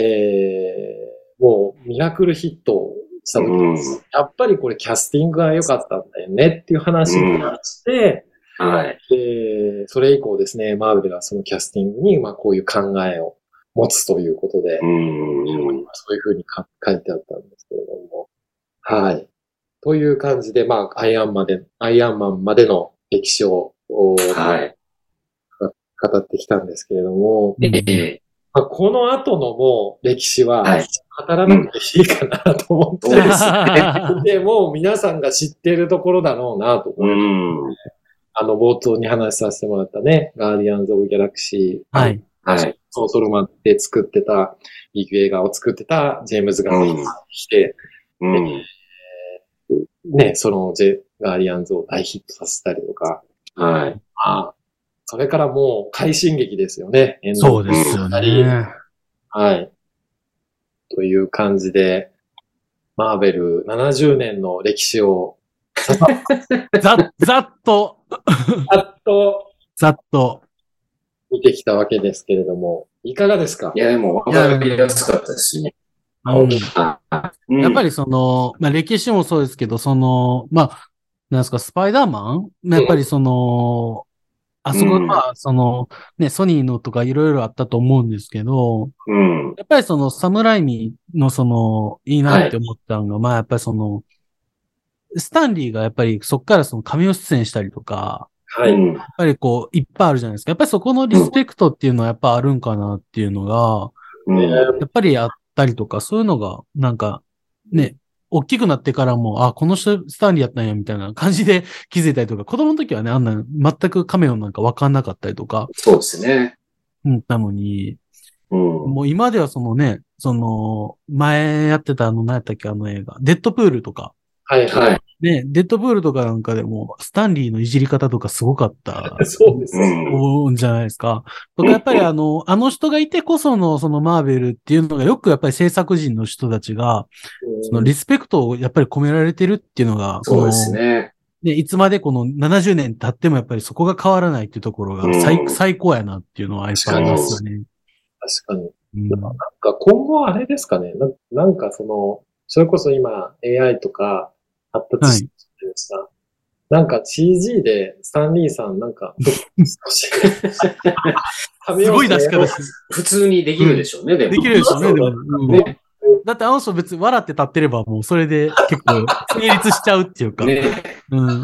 Speaker 2: えー、もうミラクルヒットをした時
Speaker 3: うん
Speaker 2: やっぱりこれキャスティングが良かったんだよねっていう話になって、
Speaker 3: はい。
Speaker 2: えーそれ以降ですね、マーベルはそのキャスティングに、まあこういう考えを持つということで、
Speaker 3: うん。
Speaker 2: そういうふうにか書いてあったんですけれども。はい。という感じで、まあ、アイアンまで、アイアンマンまでの歴史を、お
Speaker 3: はい。
Speaker 2: 語ってきたんですけれども、
Speaker 3: ええ。
Speaker 2: まあ、この後のもう歴史は
Speaker 3: はい
Speaker 2: 語らなくていいかなと思って、
Speaker 3: そうです
Speaker 2: でもう皆さんが知っているところだろうなと思
Speaker 3: う
Speaker 2: う、
Speaker 3: ん。
Speaker 2: あの冒頭に話させてもらったね、ガーディアンズ・オブ・ギャラクシー、
Speaker 4: はい。
Speaker 3: はい。
Speaker 2: ソーソルマンで作ってた、ビッグ映画を作ってたジェームズ・ガンが来て、
Speaker 3: うん。
Speaker 2: ね、そのジェガーディアンズを大ヒットさせたりとか、
Speaker 3: はい。
Speaker 2: まあ、それからもう快進撃ですよね。エンド
Speaker 4: そうですよね。
Speaker 2: はい。という感じで、マーベル70年の歴史を、
Speaker 4: ざ、ざっと、
Speaker 2: やっと
Speaker 4: ざっと。
Speaker 2: 見てきたわけですけれども、いかがですか
Speaker 3: いや、でも、わかりやすかったです
Speaker 4: うん
Speaker 3: ね。はい
Speaker 4: やっぱ
Speaker 3: り、
Speaker 4: りその、まあ、歴史もそうですけど、その、まあ、なんですか、スパイダーマンやっぱりその、あそこ、
Speaker 3: うん
Speaker 4: まあ、その、ね、ソニーのとかいろいろあったと思うんですけど、
Speaker 3: うん。
Speaker 4: やっぱりその、サムライミのその、いいなって思ったのが、まあ、やっぱりその、スタンリーがやっぱりそこからその神を出演したりとか、
Speaker 2: は
Speaker 3: う。ん。
Speaker 4: やっぱりこう、いっぱいあるじゃないですか。やっぱりそこのリスペクトっていうのはやっぱあるんかなっていうのが、
Speaker 3: うん
Speaker 4: やっぱりあったりとか、そういうのが、なんか、ね、大きくなってからも、あ、この人、スタンリーやったんや、みたいな感じで 気づいたりとか、子供の時はね、あんな、全くカメオなんかわかんなかったりとか、
Speaker 3: そうですね。
Speaker 4: うん、なのに、
Speaker 3: うん。
Speaker 4: もう今ではそのね、その、前やってたあの、何やったっけ、あの映画、デッドプールとか、
Speaker 2: はい、は。
Speaker 3: はいい。
Speaker 4: ね、デッドプールとかなんかでも、スタンリーのいじり方とかすごかった。
Speaker 2: そうです
Speaker 3: う
Speaker 2: ね。
Speaker 3: ん。
Speaker 4: 思うんじゃないですか。とかやっぱりあの、あの人がいてこその、そのマーベルっていうのがよくやっぱり制作人の人たちが、そのリスペクトをやっぱり込められてるっていうのが、
Speaker 3: そうですね。
Speaker 4: このねいつまでこの70年経ってもやっぱりそこが変わらないっていうところが最,、
Speaker 3: うん
Speaker 4: 最高やなっていうのはやっぱありますよね。
Speaker 2: 確かに。
Speaker 4: うん
Speaker 2: なんか今後あれですかねななんかその、それこそ今 AI とか発達してるじゃないですか。なんか CG でスタンリーさんな んか、少し
Speaker 4: すごい出し方し
Speaker 3: 普通にできるでしょうね、でも。
Speaker 4: できるでしょうね、でも。うん
Speaker 3: ね
Speaker 4: だってあの人別に笑って立ってればもうそれで結構成立しちゃうっていうか。
Speaker 3: ね。
Speaker 4: うん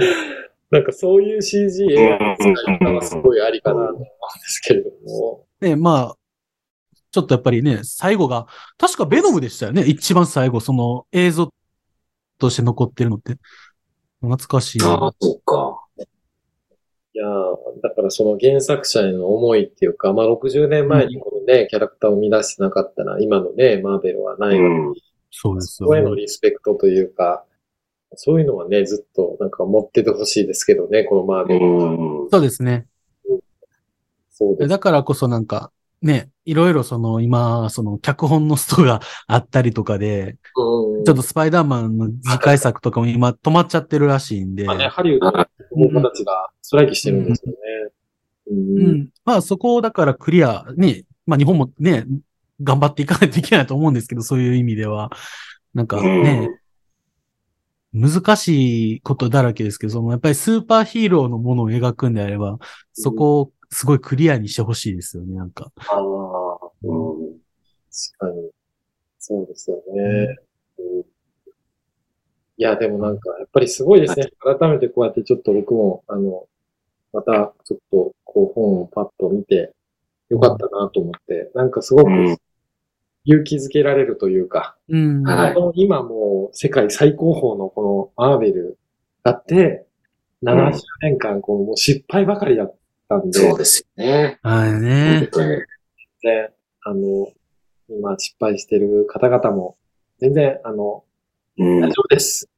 Speaker 2: なんかそういう CG 映画の使い方はすごいありかなと思うんですけれども。
Speaker 4: ね、まあ、ちょっとやっぱりね、最後が、確かベノムでしたよね。一番最後、その映像として残ってるのって。懐かしいな。
Speaker 3: ああ、そっか。
Speaker 2: いやーだからその原作者への思いっていうか、まあ60年前にこのね、キャラクターを生み出してなかったら、今のね、マーベルはないわけで
Speaker 3: うん。
Speaker 4: そうです
Speaker 2: そこへの
Speaker 4: よ、ね。
Speaker 2: リスペクトというか、そういうのはね、ずっとなんか持っててほしいですけどね、このマー
Speaker 3: う
Speaker 2: ベル。
Speaker 3: ん。
Speaker 4: そうですね。
Speaker 2: そうです。
Speaker 4: だからこそなんか、ね、いろいろその今、その脚本のストがあったりとかで、
Speaker 2: うん
Speaker 4: ちょっとスパイダーマンの次回作とかも今止まっちゃってるらしいんで、
Speaker 2: まあね、ハリウッドの子たちがストライキしてるんですよね。
Speaker 4: う
Speaker 2: うん
Speaker 4: ん。まあそこをだからクリアに、まあ日本もね、頑張っていかないといけないと思うんですけど、そういう意味では。なんかね、難しいことだらけですけど、そのやっぱりスーパーヒーローのものを描くんであれば、そこをすごいクリアにしてほしいですよね、なんか。
Speaker 2: ああ、
Speaker 3: う
Speaker 2: 確
Speaker 3: ん。
Speaker 2: かに。そうですよね。うんいや、でもなんか、やっぱりすごいですね。改めてこうやってちょっと僕も、あの、また、ちょっと、こう、本をパッと見て、よかったなと思って、なんかすごく
Speaker 3: うん
Speaker 2: 勇気づけられるというか、
Speaker 4: うん。
Speaker 3: はい
Speaker 2: あの今もう世界最高峰のこのマーベルだって、70年間、こう、もう失敗ばかりだったんで、
Speaker 3: そうですよね。
Speaker 4: はい
Speaker 3: 本
Speaker 4: ね。
Speaker 3: 当に。
Speaker 2: ね、あの、今失敗してる方々も、全然、あの、
Speaker 3: う
Speaker 2: 大
Speaker 3: ん
Speaker 2: 丈夫です。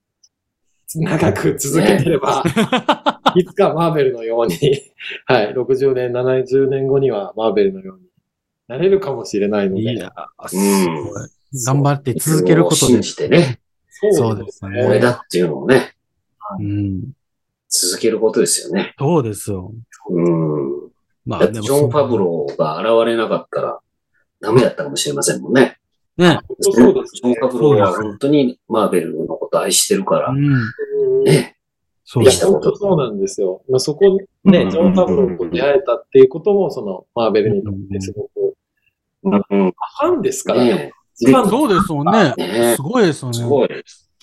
Speaker 2: 長く続けてれば、いつかマーベルのように、はい、60年、70年後にはマーベルのようになれるかもしれないので。
Speaker 4: いやー、す
Speaker 3: うん
Speaker 4: ごい。頑張って続けること
Speaker 3: 信
Speaker 4: で。
Speaker 3: じてね、
Speaker 4: そうですね
Speaker 3: これだっていうのをね、
Speaker 4: うん。
Speaker 3: 続けることですよね。
Speaker 4: そうですよ。
Speaker 3: うん。
Speaker 4: ま
Speaker 3: だってジョン・パブ。ロが現れなかったら、ダメだったかもしれませんもんね。
Speaker 4: ね。
Speaker 2: そうそうです
Speaker 3: ジョン・パブロは本当にマーベルのこと愛してるから
Speaker 4: う、ん。
Speaker 2: ね。
Speaker 3: ね。
Speaker 4: そう
Speaker 2: い
Speaker 4: で
Speaker 2: や、
Speaker 3: でき
Speaker 4: す。
Speaker 3: た
Speaker 2: 本当そうなんですよ。まあ、そこね、ジョン・タブローと出会えたっていうことも、その、マーベルにとってすごく、
Speaker 3: うん。
Speaker 2: ファンですからね。
Speaker 3: ね
Speaker 2: 一番の、
Speaker 4: そうですもんね。
Speaker 3: ね
Speaker 4: すごいですよ
Speaker 3: す
Speaker 4: ね。
Speaker 3: ごい。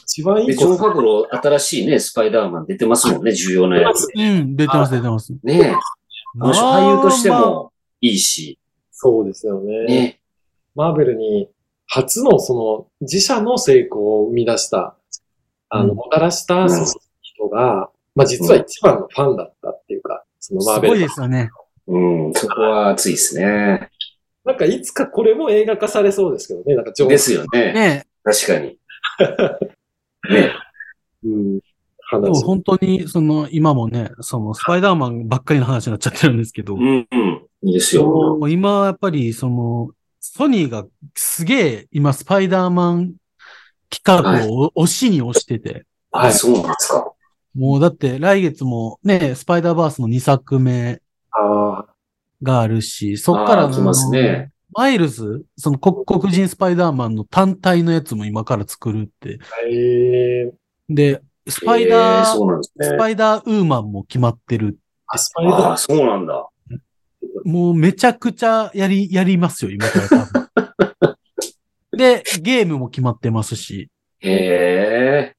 Speaker 2: 一番い
Speaker 3: で、
Speaker 2: い
Speaker 3: ジョ
Speaker 2: こ
Speaker 3: ン・ファブロー、新しいね、スパイダーマン出てますもんね、重要なやつ。
Speaker 4: うん、出てます、出てます。
Speaker 3: ねえ。もし俳優としてもいいし、
Speaker 2: そうですよね。
Speaker 3: ね
Speaker 2: マーベルに初のその自社の成功を生み出した、あの、
Speaker 4: うん
Speaker 2: もたらしたその人が、まあ実は一番のファンだったっていうか、そのマ
Speaker 4: す
Speaker 2: ーベ
Speaker 4: ごい
Speaker 2: ル
Speaker 4: で
Speaker 2: の。
Speaker 4: すよね。
Speaker 3: うん、そこは熱いですね。
Speaker 2: なんかいつかこれも映画化されそうですけどね、なんかジョン
Speaker 3: ですよね。
Speaker 4: ね
Speaker 3: 確かに。ね
Speaker 2: うん、
Speaker 4: でも
Speaker 2: 話。
Speaker 4: 本当に、その、今もね、その、スパイダーマンばっかりの話になっちゃってるんですけど、
Speaker 3: うん、うん。いいですよ。
Speaker 4: もう今、やっぱり、その、ソニーがすげえ、今、スパイダーマン企画を押しに押してて、
Speaker 2: は
Speaker 3: はいい、そうなんですか。
Speaker 4: もうだって来月もね、スパイダーバースの2作目
Speaker 2: ああ、
Speaker 4: があるし、そっから
Speaker 3: あー来ますね。
Speaker 4: マイルズ、その黒黒人スパイダーマンの単体のやつも今から作るって。
Speaker 2: えー、
Speaker 4: で、スパイダ
Speaker 3: え
Speaker 4: ー、
Speaker 3: そうなんです
Speaker 4: ス
Speaker 3: ね。
Speaker 4: パイダーウーマンも決まってる。
Speaker 2: あスパイダー
Speaker 3: ああ、そうなんだ。
Speaker 4: もうめちゃくちゃやり、やりますよ、今から多分。 で、ゲームも決まってますし、
Speaker 3: へえ。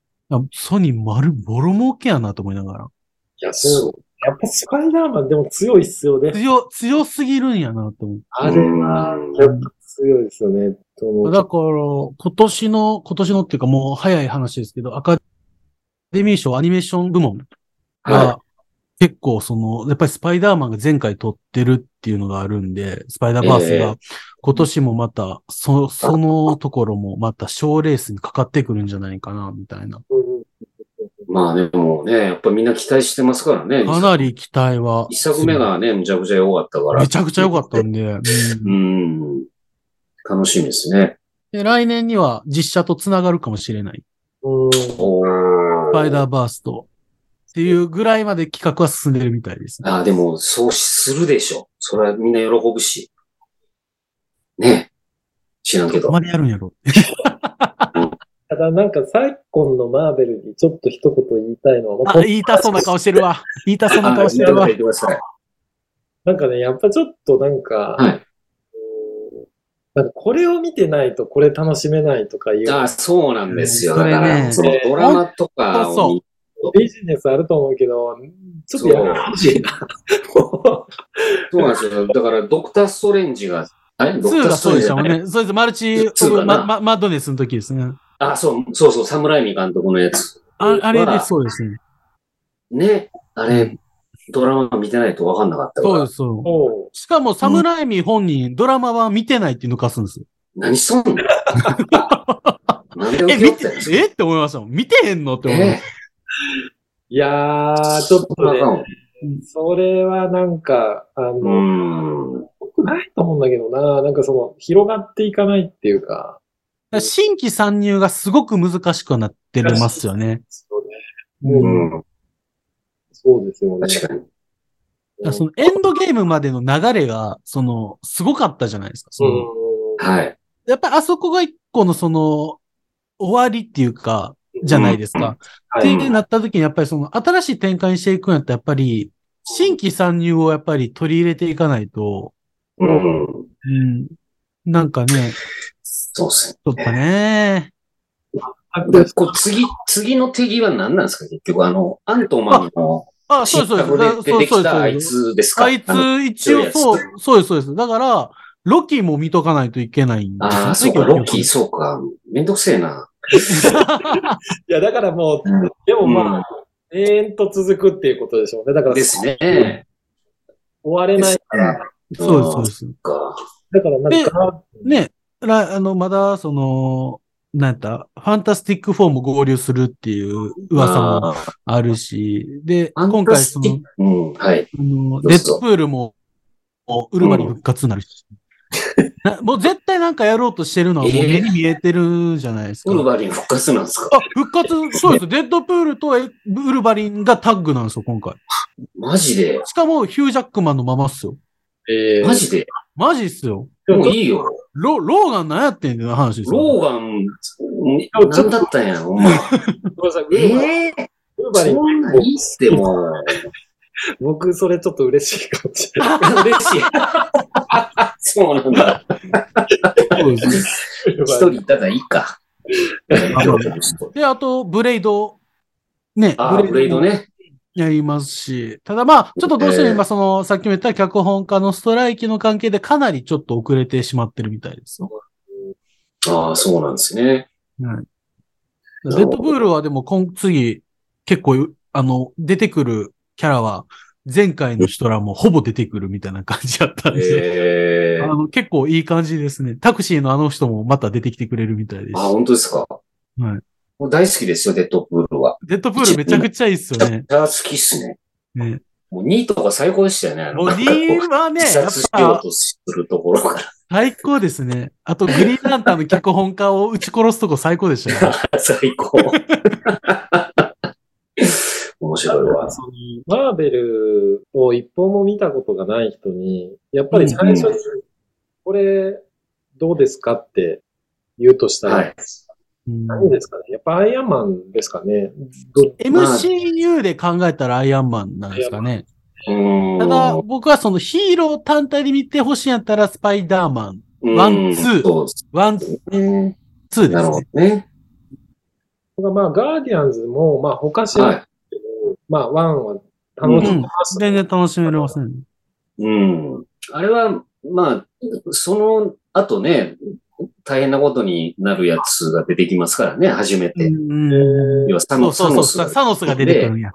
Speaker 4: ソニー丸ボロ儲けやなと思いなが
Speaker 2: いや、そう
Speaker 3: そ
Speaker 2: やっぱスパイダーマンでも強いっすよ
Speaker 4: ら。
Speaker 2: ね。
Speaker 4: 強、強すぎるんやなと思う。
Speaker 2: あれは、やっぱ強いですよね。その
Speaker 4: だから、今年の、今年のっていうかもう早い話ですけど、アカデミー賞アニメーション部門
Speaker 3: う。は
Speaker 4: が、結構その、やっぱりスパイダーマンが前回撮ってるっていうのがあるんで、スパイダーバース
Speaker 3: え
Speaker 4: が
Speaker 3: え
Speaker 4: 今年もまた、そそのところもまた賞レースにかかってくるんじゃないかな、みたいな。
Speaker 2: うん
Speaker 3: い。まあでもね、やっぱみんな期待してますからね。
Speaker 4: かなり期待は。
Speaker 3: 一作目がね、むちゃくちゃ良かったから。
Speaker 4: めちゃくちゃ良かったんで、うん
Speaker 3: うん。楽しみですね。
Speaker 4: で。来年には実写と繋がるかもしれない。
Speaker 2: うん
Speaker 3: お
Speaker 4: スパイ
Speaker 3: ー。
Speaker 4: ダーバースと。っていうぐらいまで企画は進んでるみたいですね。
Speaker 3: ああ、でも、そうするでしょ。それはみんな喜ぶし。ね。知らんけ
Speaker 4: あ
Speaker 3: ど。
Speaker 4: までやるんやろ。
Speaker 2: ただなんか昨今のマーベルにちょっと一言言いたいのは、まあ
Speaker 4: あ、言いたそうな顔してるわ。言いたそうな
Speaker 3: あ
Speaker 4: 顔
Speaker 3: あ、
Speaker 4: してるわ
Speaker 3: 言っ。てください。
Speaker 2: なんかね、やっぱちょっとなんか、
Speaker 3: はい
Speaker 2: うんなんかこれを見てないとこれ楽しめないとかいう、
Speaker 3: ああ、そうなんですよ。
Speaker 4: そ
Speaker 3: だ
Speaker 4: れね
Speaker 3: から、そのドラマと
Speaker 4: ほん
Speaker 3: か
Speaker 4: とそう
Speaker 3: を見
Speaker 2: ビジネスあると思うけど、ちょっとやめてほしいな。
Speaker 3: そうなんですよ。だから、ドクター・ストレンジが、あれドク
Speaker 4: 2
Speaker 3: ター・
Speaker 4: が
Speaker 3: スト
Speaker 4: そう
Speaker 3: レン
Speaker 4: でし
Speaker 3: ジじ
Speaker 4: た
Speaker 3: ゃ
Speaker 4: もん
Speaker 3: ない
Speaker 4: ね。それとマルチ
Speaker 3: ツーかな
Speaker 4: ままマッドネスの時ですね。
Speaker 3: あ、そう、そうそう、サムライミ監督のやつ。
Speaker 4: ああれ
Speaker 3: ほ
Speaker 4: で
Speaker 3: ら
Speaker 4: そうですね。
Speaker 3: ね。あ
Speaker 4: う
Speaker 3: れ
Speaker 4: ん、
Speaker 3: ドラマ見てないと分かんなかったか
Speaker 4: そう
Speaker 3: ら
Speaker 4: で。す、そう。
Speaker 2: そう
Speaker 4: しかも、サムライミ本人、ドラマは見てないって抜かすんですよ。
Speaker 3: 何しと んのなんで
Speaker 4: え、
Speaker 3: 受け
Speaker 4: 見
Speaker 3: よってたんです、
Speaker 4: えって思いましたもん。見てへんのって思いまし
Speaker 3: え
Speaker 4: た。
Speaker 2: いやー、ちょっとね、それはなんか、あの、
Speaker 3: うーん。
Speaker 2: 良くないと思うんだけどな。なんかその、広がっていかないっていうか。
Speaker 4: 新規参入がすごく難しくなってますよね。
Speaker 2: そうね。
Speaker 3: う
Speaker 2: うん
Speaker 3: ん。
Speaker 2: そうですよね。
Speaker 3: 確かに。
Speaker 4: だからそのエンドゲームまでの流れが、その、すごかったじゃないですか。その
Speaker 2: うん
Speaker 3: はい。
Speaker 4: やっぱりあそこが一個のその、終わりっていうか、じゃないです
Speaker 3: うん
Speaker 4: か。
Speaker 2: は
Speaker 4: って
Speaker 2: い
Speaker 4: いうなった時に、やっぱりその、新しい展開にしていくんやったら、やっぱり、新規参入をやっぱり取り入れていかないと、
Speaker 3: うん。
Speaker 4: うん、なんかね、
Speaker 3: そうっすね。
Speaker 4: ちょっとね、
Speaker 3: でこう次、次の敵は何なんですか結局、あの、アントマンの
Speaker 4: あ、そう
Speaker 3: 失
Speaker 4: です、そ
Speaker 3: 格
Speaker 4: うで。
Speaker 3: です出てきたあ
Speaker 4: そう
Speaker 3: い
Speaker 4: です
Speaker 3: つですか
Speaker 4: あいつ
Speaker 3: あの、
Speaker 4: 一応
Speaker 3: 強い
Speaker 4: そ
Speaker 3: や
Speaker 4: う、そうです、そうです。だから、ロキも見とかないといけないんですよ
Speaker 3: あ
Speaker 4: ね。
Speaker 3: あ、そうか、ロッキー、そうか。めんどくせえな。
Speaker 2: いや、だからもう、
Speaker 3: うん
Speaker 2: でもまあ、永遠と続くっていうことでしょうね。だから、
Speaker 3: ですね。
Speaker 2: 終われないから。
Speaker 4: そうです、そうです。
Speaker 3: か。
Speaker 2: だからなんか、
Speaker 4: ね、らあの、まだ、その、なんやった、ファンタスティック4も合流するっていう噂も
Speaker 3: あー
Speaker 4: あるし、で、
Speaker 3: ファ
Speaker 4: 今
Speaker 3: ンタ
Speaker 4: 回、
Speaker 3: ス
Speaker 4: そ
Speaker 3: ティ
Speaker 4: の
Speaker 3: ッ、クうん、はい。
Speaker 4: あの
Speaker 3: どうぞ
Speaker 4: デッドプールも、ウルバリン復活になる し、なもう絶対なんかやろうとしてるのはもう目に見えてるじゃないですか。
Speaker 3: ウルバリン復活なんですか
Speaker 4: あ、復活、そうです。デッドプールとえウルバリンがタッグなんですよ、今回。
Speaker 3: マジで
Speaker 4: しかも、ヒュージャックマンのままっすよ。
Speaker 2: えー
Speaker 3: マジで
Speaker 4: マジっすよ。
Speaker 3: もういいよ。
Speaker 4: ロ、ローガンなんやってんの話ですよ。
Speaker 3: ローガン、何だったんや、お
Speaker 2: ごめん
Speaker 3: 前。
Speaker 2: なさいウルバリン
Speaker 3: ええ
Speaker 2: ウルバリン
Speaker 3: そんなんいいっすって、もう。
Speaker 2: 僕、それちょっと嬉しいかもしれない。
Speaker 3: 嬉しい。 そうなんだ。
Speaker 4: そうですね
Speaker 3: 一人いたらいいか。
Speaker 4: で、あと、ブレイド。ね、
Speaker 3: ああ、ブレイド
Speaker 4: も
Speaker 3: ね。
Speaker 4: やりますし。ただまあ、ちょっとどうしても今、その、さっきも言った脚本家のストライキの関係でかなりちょっと遅れてしまってるみたいですよ。
Speaker 3: ああ、そうなんですね。
Speaker 4: デッドプールはでも今、次、結構、あの、出てくるキャラは、前回の人らもほぼ出てくるみたいな感じだったんで、
Speaker 3: ええ
Speaker 4: あの結構いい感じですね。タクシーのあの人もまた出てきてくれるみたいです。
Speaker 3: あ、。本当ですか。はいもう大好きですよ、デッドプールは。
Speaker 4: デッドプールめちゃくちゃいいっす
Speaker 3: め
Speaker 4: よ
Speaker 3: ちゃ
Speaker 4: ね
Speaker 3: く。ちゃ好きっすね。
Speaker 4: ね
Speaker 3: もう2とか最高でしたよね。あの
Speaker 4: ボディーはね、
Speaker 3: 自
Speaker 4: やっ
Speaker 3: 殺しよ
Speaker 4: ぱ
Speaker 3: うとするところか
Speaker 4: 最高ですね。あと、グリーンランタンの脚本家を撃ち殺すとこ最高でしたね。
Speaker 3: ら最 高。面白いわ。
Speaker 2: そのマーベルを一本も見たことがない人に、やっぱり最初に、これ、どうですかって言うとしたら、
Speaker 3: はい
Speaker 4: うん
Speaker 2: 何ですかねやっぱアイアンマンですかねど
Speaker 4: MCU で考えたらアイアンマンなんですかね。
Speaker 3: うーん
Speaker 4: ただ、僕はそのヒーロー単体で見てほしいんやったら、スパイダーマン、ワンツー
Speaker 3: うんそうです
Speaker 4: ワン、
Speaker 3: ね。
Speaker 4: ツーで
Speaker 3: なる
Speaker 4: す
Speaker 3: ほ
Speaker 4: ね。
Speaker 3: どね。
Speaker 2: まあ、ガーディアンズも、まあ、他し
Speaker 3: は
Speaker 2: ら、
Speaker 3: い。
Speaker 2: まあ、ワンは楽し
Speaker 4: うんん
Speaker 2: でます
Speaker 4: 全然楽しめません。
Speaker 3: うん。あれは、まあ、その後ね、大変なことになるやつが出てきますからね、初めて。
Speaker 4: うん
Speaker 3: 要はサ
Speaker 4: そ
Speaker 3: ノ
Speaker 4: うそ
Speaker 3: サノ
Speaker 4: う
Speaker 3: ス
Speaker 4: そう、
Speaker 3: が
Speaker 4: サノスが出てくるんや。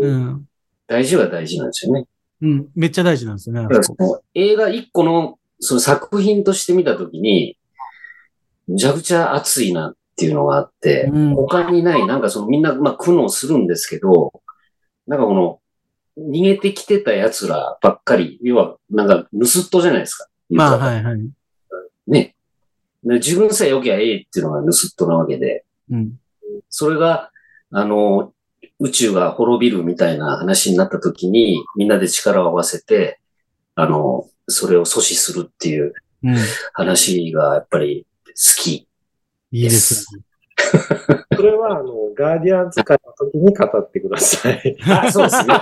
Speaker 4: うん。
Speaker 3: 大事は大事なんですよね。
Speaker 4: うん。めっちゃ大事なんですよね。あ
Speaker 3: だから
Speaker 4: そ
Speaker 3: そ
Speaker 4: こ
Speaker 3: の映画一個のその作品として見たときに、むちゃくちゃ熱いなっていうのがあって、
Speaker 4: うん
Speaker 3: 他にない、なんかそのみんな、まあ、苦悩するんですけど、なんかこの、逃げてきてた奴らばっかり、要は、なんか、盗っ人じゃないですか。
Speaker 4: まあ、
Speaker 3: い。
Speaker 4: はいはい。
Speaker 3: ね。で自分さえ良きゃええっていうのが盗っ人なわけで、
Speaker 4: うん。
Speaker 3: それが、あの、宇宙が滅びるみたいな話になった時に、みんなで力を合わせて、あの、それを阻止するっていう
Speaker 4: うん。
Speaker 3: 話がやっぱり好き。
Speaker 4: いいですよね。
Speaker 2: それは、あの、ガーディアンズ会の時に語ってください。
Speaker 3: あそうですね。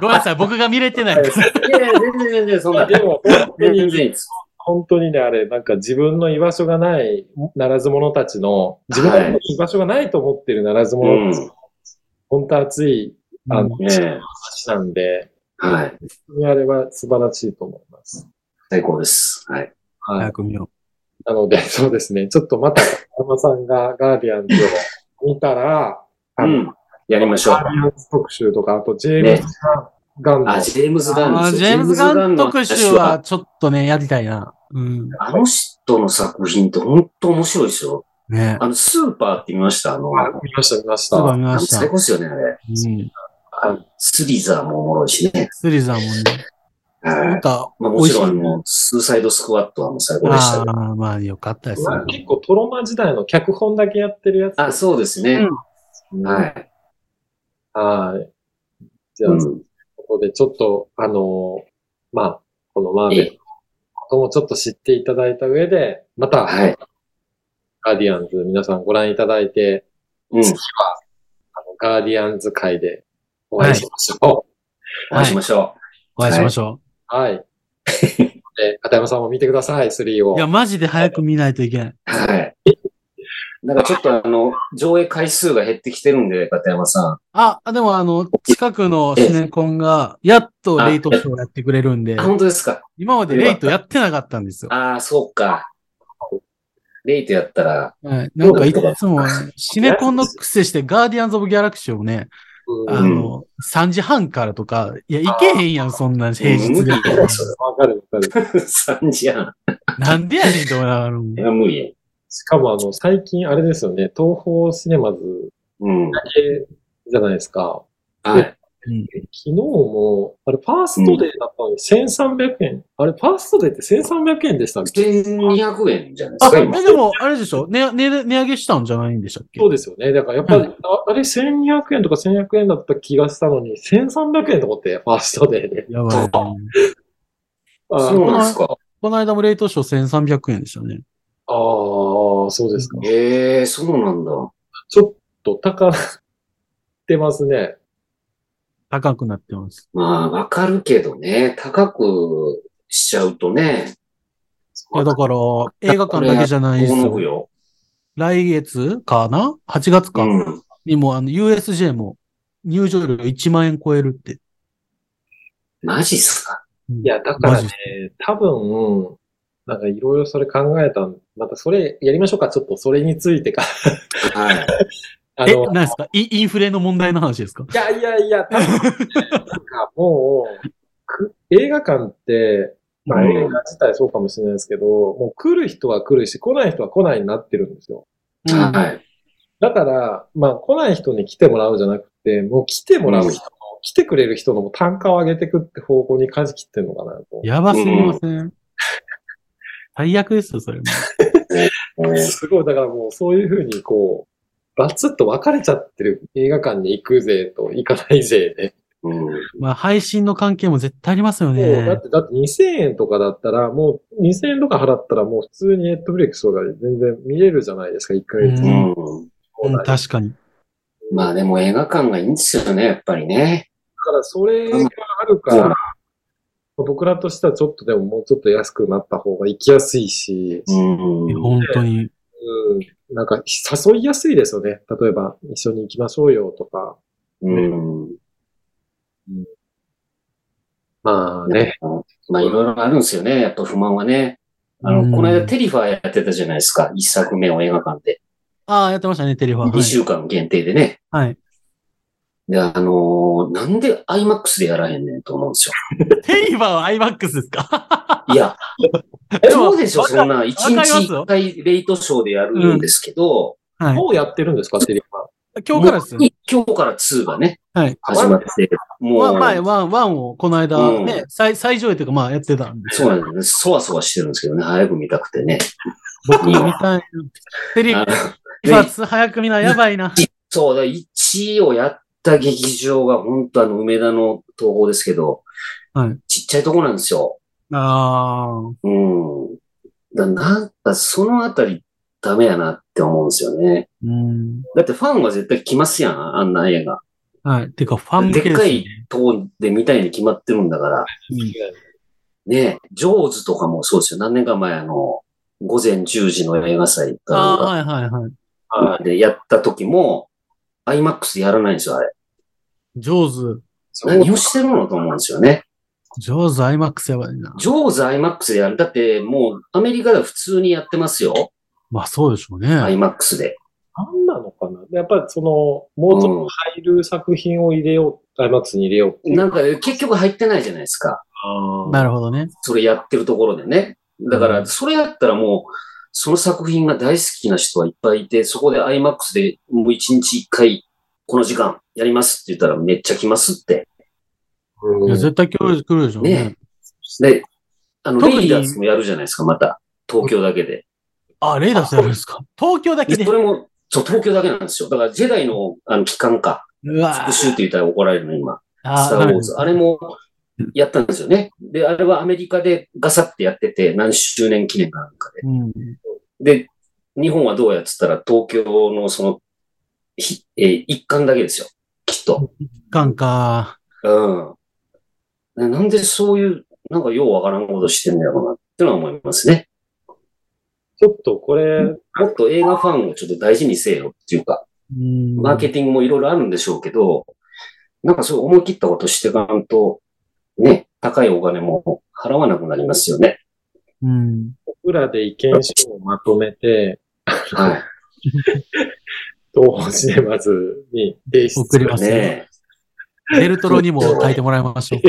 Speaker 4: ごめんなさい、僕が見れてないです。
Speaker 3: いやいや、全然全然そんな。
Speaker 2: でも、本当
Speaker 3: 全然
Speaker 2: に
Speaker 3: 全然いいです。
Speaker 2: 本当にね、あれ、なんか自分の居場所がないならず者たちの、自分の居場所がないと思ってるならず者たちの、
Speaker 3: う
Speaker 2: 本当熱いあの
Speaker 3: ねえ。
Speaker 2: 話なんで、
Speaker 3: はい。
Speaker 2: あれは素晴らしいと思います。
Speaker 3: 最高です。はい。
Speaker 4: うん
Speaker 2: はい
Speaker 4: 早。く見よ
Speaker 2: なので、そうですね、ちょっとまた、山さんがガーディアンズを見たら、
Speaker 3: う
Speaker 2: あの
Speaker 3: ん。やりましょう
Speaker 2: ガー。ディアンズ特集とか、あとジェームズ・ガンの、
Speaker 3: あ、ジェームズ・
Speaker 4: う。
Speaker 3: ガン
Speaker 4: あー
Speaker 3: です
Speaker 4: ジ
Speaker 3: よ
Speaker 4: ェームズ・ガン特集。
Speaker 3: ジェームズガンの
Speaker 4: は
Speaker 3: 話
Speaker 4: ちょっとね、やりたいな。うん。
Speaker 3: あの人の作品って本当面白いですよ。
Speaker 4: ね。
Speaker 3: あの、スーパーって見ましたあの、
Speaker 2: あ見ました、見まし
Speaker 4: スーパー
Speaker 2: た。
Speaker 4: 見ました。
Speaker 3: 最
Speaker 4: う
Speaker 3: 高ですよね、あれ。
Speaker 4: ん。
Speaker 3: あスリザーもおもろいしね。
Speaker 4: スリザーもね。な
Speaker 3: は
Speaker 4: ん
Speaker 3: い。
Speaker 4: か、美
Speaker 3: まあも
Speaker 4: 味
Speaker 3: ち
Speaker 4: しい
Speaker 3: ろん、あ。の、スーサイドスクワットはもう最高でした
Speaker 4: あ
Speaker 3: よ。
Speaker 4: あ、まあ、よかったですね。
Speaker 2: 結構トロマ時代の脚本だけやってるやつ。
Speaker 3: あ、そうですね。はい。
Speaker 2: はい。じゃあ、
Speaker 3: うん。
Speaker 2: ここでちょっと、あのーまあ、このマーベルのこともちょっと知っていただいた上で、また、
Speaker 3: はい。
Speaker 2: ガーディアンズ皆さんご覧いただいて、
Speaker 3: うん。
Speaker 2: あのガーディアンズ会でお会いしましょ
Speaker 3: お会いしましょ
Speaker 4: お会いしましょ
Speaker 2: う。はい。で片山さんも見てください、3
Speaker 4: う。
Speaker 2: を
Speaker 4: いや、。マジで早く見ないといけない。
Speaker 3: う。はい。なんかちょっとあの、上映回数が減ってきてるんで、片山さ
Speaker 4: あ、でもあの、近くのシネコンが、やっとレイトショーやってくれるんで
Speaker 3: ん。あ、、本当ですか。
Speaker 4: 今までレイトやってなかったんですよ。
Speaker 3: ああ、そうか。レイトやったら、
Speaker 4: はい。なんかいつも、シネコンの癖して、ガーディアンズ・オブ・ギャラクシーをね、
Speaker 2: うん
Speaker 4: あの、3時半からとか、いや、行けへんやん、そんなん平日で
Speaker 3: 無。理や、それ。
Speaker 2: わかるわかる。
Speaker 3: 3時半。
Speaker 4: なんでやねんって思いながらも
Speaker 3: いや、無理や。
Speaker 2: しかもあの、最近あれですよね、東宝シネマズ
Speaker 3: うん。
Speaker 2: だけじゃないですか。
Speaker 3: はい。
Speaker 2: え昨日も、あれ、ファーストデーだったのに1300円。あれ、ファーストデーって1300円でしたっけ
Speaker 3: 1200円じゃないで
Speaker 4: あ、
Speaker 3: すか、今
Speaker 4: え。でも、あれでしょ値、値、値上げしたんじゃないんでしたっけ
Speaker 2: そうですよね。だからやっぱり、
Speaker 4: う
Speaker 2: ああれ1200円とか1100円だった気がしたのに、1300円と思って、ファーストデーで。
Speaker 4: やばいね。
Speaker 2: あ
Speaker 3: そ
Speaker 2: ー
Speaker 3: うなんですか。
Speaker 4: この間もレイトショー1300円でしたね。
Speaker 2: あー、そうですか。
Speaker 3: へえー、そうなんだ。
Speaker 2: ちょっと高なってますね。
Speaker 4: 高くなってます。
Speaker 3: まあ、わかるけどね、高くしちゃうとね、
Speaker 4: いや、だから、映画館だけじゃないです
Speaker 3: 思
Speaker 4: よ
Speaker 3: う。よ。
Speaker 4: 来月かな ?8 月か、
Speaker 3: うん。
Speaker 4: にも、あの、USJ も入場料1万円超えるって。
Speaker 3: マジっすか。
Speaker 4: うん
Speaker 2: いや、だから
Speaker 4: マジ
Speaker 2: ね、多分、なんかいろいろそれ考えたん、またそれやりましょうか。ちょっとそれについてか。
Speaker 3: はい。
Speaker 2: あ
Speaker 4: え、
Speaker 2: の、
Speaker 4: 何ですかインインフレの問題の話ですか
Speaker 2: いやいやいや、多分ね、なんかもう、く映画館って、まあ
Speaker 3: うん
Speaker 2: 映画自体そうかもしれないですけど、もう来る人は来るし、来ない人は来ないになってるんですよ。
Speaker 4: うん
Speaker 3: はい。
Speaker 2: だから、まあ来ない人に来てもらうじゃなくて、もう来てもらう人の、
Speaker 3: うん
Speaker 2: 来てくれる人の単価を上げてくって方向に舵切ってんのかなと。
Speaker 4: やばすぎません。最悪ですよ、それも。
Speaker 3: ね
Speaker 2: すごい、だからもうそういうふうにこう、バツッと分かれちゃってる映画館に行くぜと行かないぜで。
Speaker 3: うん
Speaker 4: まあ、配信の関係も絶対ありますよ
Speaker 2: もうだ
Speaker 4: ね
Speaker 2: っ。て、だって2000円とかだったら、もう2000円とか払ったらもう普通にネットフリックスとかで全然見れるじゃないですか、1ヶ月
Speaker 4: う
Speaker 2: に。
Speaker 4: ん
Speaker 3: うん
Speaker 4: うん、確かに。
Speaker 3: まあでも映画館がいいんですよね、やっぱりね。
Speaker 2: だからそれがあるから、僕らとしてはちょっとでももうちょっと安くなった方が行きやすいし、
Speaker 3: うん
Speaker 4: 本当に。
Speaker 2: うん、なんか誘いやすいですよね。例えば一緒に行きましょうよとか。
Speaker 3: うん。
Speaker 2: まあね。
Speaker 3: まあいろいろあるんですよね、やっぱ不満はね。あ
Speaker 4: うん
Speaker 3: の、この間テリファーやってたじゃないですか、一作目を映画館で。
Speaker 4: ああ、やってましたね、テレファ
Speaker 3: 2
Speaker 4: ー。
Speaker 3: 週間限定でね。
Speaker 4: はい。はい、
Speaker 3: で、あのーなんで IMAX でやらへんねんと思うんですよ。
Speaker 4: テレファーは IMAX ですか
Speaker 3: いや、
Speaker 4: でも
Speaker 3: そうでしょ、
Speaker 4: わか
Speaker 3: そんな。一
Speaker 4: わかります
Speaker 3: 日
Speaker 4: よ
Speaker 3: 一回レイトショーでやるんですけど、
Speaker 4: はい。
Speaker 2: もうやってるんですか、テレビは。
Speaker 4: 今日からですよね。
Speaker 3: 今日から2がね、
Speaker 4: はい
Speaker 3: 始まって、もう、
Speaker 4: まあ、前、ワン、ワンをこの間、ね
Speaker 3: う、
Speaker 4: 最、最上位というか、まあ、やってたんで。
Speaker 3: そうなんです。そわそわしてるんですけどね、早く見たくてね。
Speaker 4: 僕
Speaker 3: いい
Speaker 4: も
Speaker 3: よ
Speaker 4: 見たいな。テレフ
Speaker 3: あ
Speaker 4: ァ
Speaker 3: の
Speaker 4: ーツ早く見な、やばいな。
Speaker 3: そうだ、1位をやった劇場が、本当あの、梅田の東宝ですけど、
Speaker 4: はい
Speaker 3: ちっちゃいとこなんですよ。
Speaker 4: あ
Speaker 3: うん。だなんか、そのあたり、ダメやなって思うんですよね。
Speaker 4: ー。うん。
Speaker 3: だってファンは絶対来ますやん、あんな映画。
Speaker 4: はい。てか、ファン向け
Speaker 3: でっ
Speaker 4: です
Speaker 3: か
Speaker 4: ね
Speaker 3: いとこで見たいに決まってるんだから。ねジョーズとかもそうですよ。何年か前、あの、午前10時の映画祭
Speaker 4: ああ、
Speaker 3: か
Speaker 4: はいはいはい。
Speaker 2: は
Speaker 3: でやった時も、IMAX でやらないんですよ、あれ。
Speaker 4: 上手。
Speaker 2: そう
Speaker 3: 何をしてるのと思うんですよね。
Speaker 4: 上手、IMAX やばいな。
Speaker 3: ジョーズ IMAX でやる。だってもうアメリカでは普通にやってますよ。
Speaker 4: まあ、そうでしょうね。
Speaker 3: IMAX で。
Speaker 2: なんなのかなやっぱりその、もうちょっと入る作品を入れよう、アイマックスに入れようっていう。
Speaker 3: なんか結局入ってないじゃないですか。
Speaker 4: なるほどね。
Speaker 3: それやってるところでね。だからそれやったらもう、その作品が大好きな人はいっぱいいて、そこで IMAX でもう1日1回、この時間やりますって言ったらめっちゃ来ますって。
Speaker 2: うん
Speaker 4: いや、絶対今日来るでしょうね。
Speaker 3: ねで、あの、
Speaker 4: 特に
Speaker 3: レイダースもやるじゃないですか、また。東京だけで。
Speaker 4: あ、レーダースやるんですか。東京だけ
Speaker 3: で、
Speaker 4: で
Speaker 3: そ。れも、そう、東京だけなんですよ。だから、ジェダイの、あの、期間か。
Speaker 4: うわ
Speaker 3: 復習って言ったら怒られるの、今。
Speaker 4: あ
Speaker 3: スター・ウォーズ。あれ
Speaker 4: も。
Speaker 3: も、やったんですよね。で、あれはアメリカでガサってやってて、何周年記念かなんか
Speaker 4: うん。
Speaker 3: で。で、日本はどうやって言ったら、東京のその、ひえー一環だけですよ。きっと。
Speaker 4: 感か。
Speaker 3: うん。ねなんでそういう、なんかようわからんことしてんだろうな、ってのは思いますね。
Speaker 2: ちょっとこれ、
Speaker 3: もっと映画ファンをちょっと大事にせえよっていうか、
Speaker 4: うん
Speaker 3: マーケティングもいろいろあるんでしょうけど、なんかそういう思い切ったことしていかんと、ね、高いお金も払わなくなりますよね。
Speaker 4: うん。
Speaker 2: 僕らで意見書をまとめて、
Speaker 3: は
Speaker 2: 東方シネマズに提出
Speaker 4: 送りま
Speaker 3: い。
Speaker 4: す
Speaker 3: ね
Speaker 4: よ。
Speaker 3: え。
Speaker 4: ベルトロにも書いてもらいまし ょう。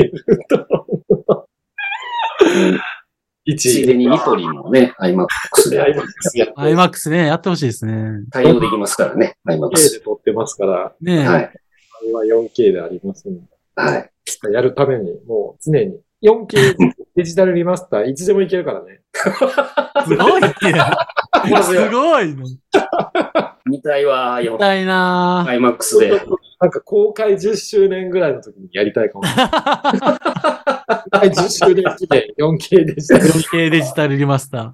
Speaker 3: つ
Speaker 2: 一
Speaker 3: いでにニトリもね、IMAX
Speaker 2: であり
Speaker 3: で
Speaker 2: ますや。
Speaker 4: アイマックスね、やってほしいですね。
Speaker 3: 対応できますからね、
Speaker 2: 4K
Speaker 3: IMAX。
Speaker 2: で撮ってますから、
Speaker 4: ねえ。
Speaker 3: はい。
Speaker 2: あれは 4K でありますん
Speaker 3: はい。
Speaker 2: で、やるために、もう常に 4K デジタルリマスターいつでもいけるからね。
Speaker 4: すごいね。すごいね。
Speaker 3: 見たいわ、よ
Speaker 4: み。たいな
Speaker 3: IMAX で。
Speaker 2: なんか公開10周年ぐらいの時にやりたいかもしれない。はい、10周年記念 4K デジタ ル。
Speaker 4: 4K デジタルリマスタ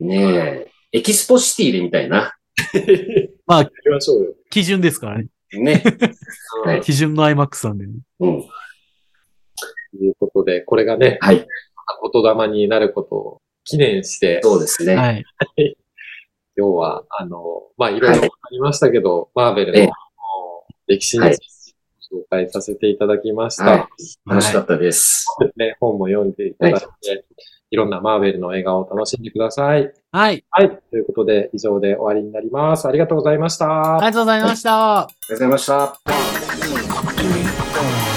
Speaker 4: ー。
Speaker 3: ねえ。エキスポシティで見たいな。
Speaker 2: やりましょうよ。
Speaker 4: 基準ですからね。
Speaker 3: ね。はい
Speaker 4: 基準の IMAX なんで、ね。
Speaker 3: うん。
Speaker 2: ということで、これがね、
Speaker 3: はい。
Speaker 2: 言霊になることを記念して、
Speaker 3: そうですね。
Speaker 4: はい。
Speaker 2: 今日は、あの、まあ、いろいろありましたけど、マーベルの
Speaker 3: ええ
Speaker 2: あの歴史に
Speaker 3: はい
Speaker 2: ついて紹介させていただきました。
Speaker 3: はい楽し
Speaker 4: は
Speaker 3: か
Speaker 4: い。
Speaker 3: ったです。
Speaker 2: ね、本も読んでいただいて、い、ろんなマーベルの映画を楽しんでください。
Speaker 4: はい。
Speaker 2: はい。ということで、以上で終わりになります。ありがとうございました。
Speaker 4: ありがとうございました。
Speaker 3: ありがとうございました。
Speaker 4: うん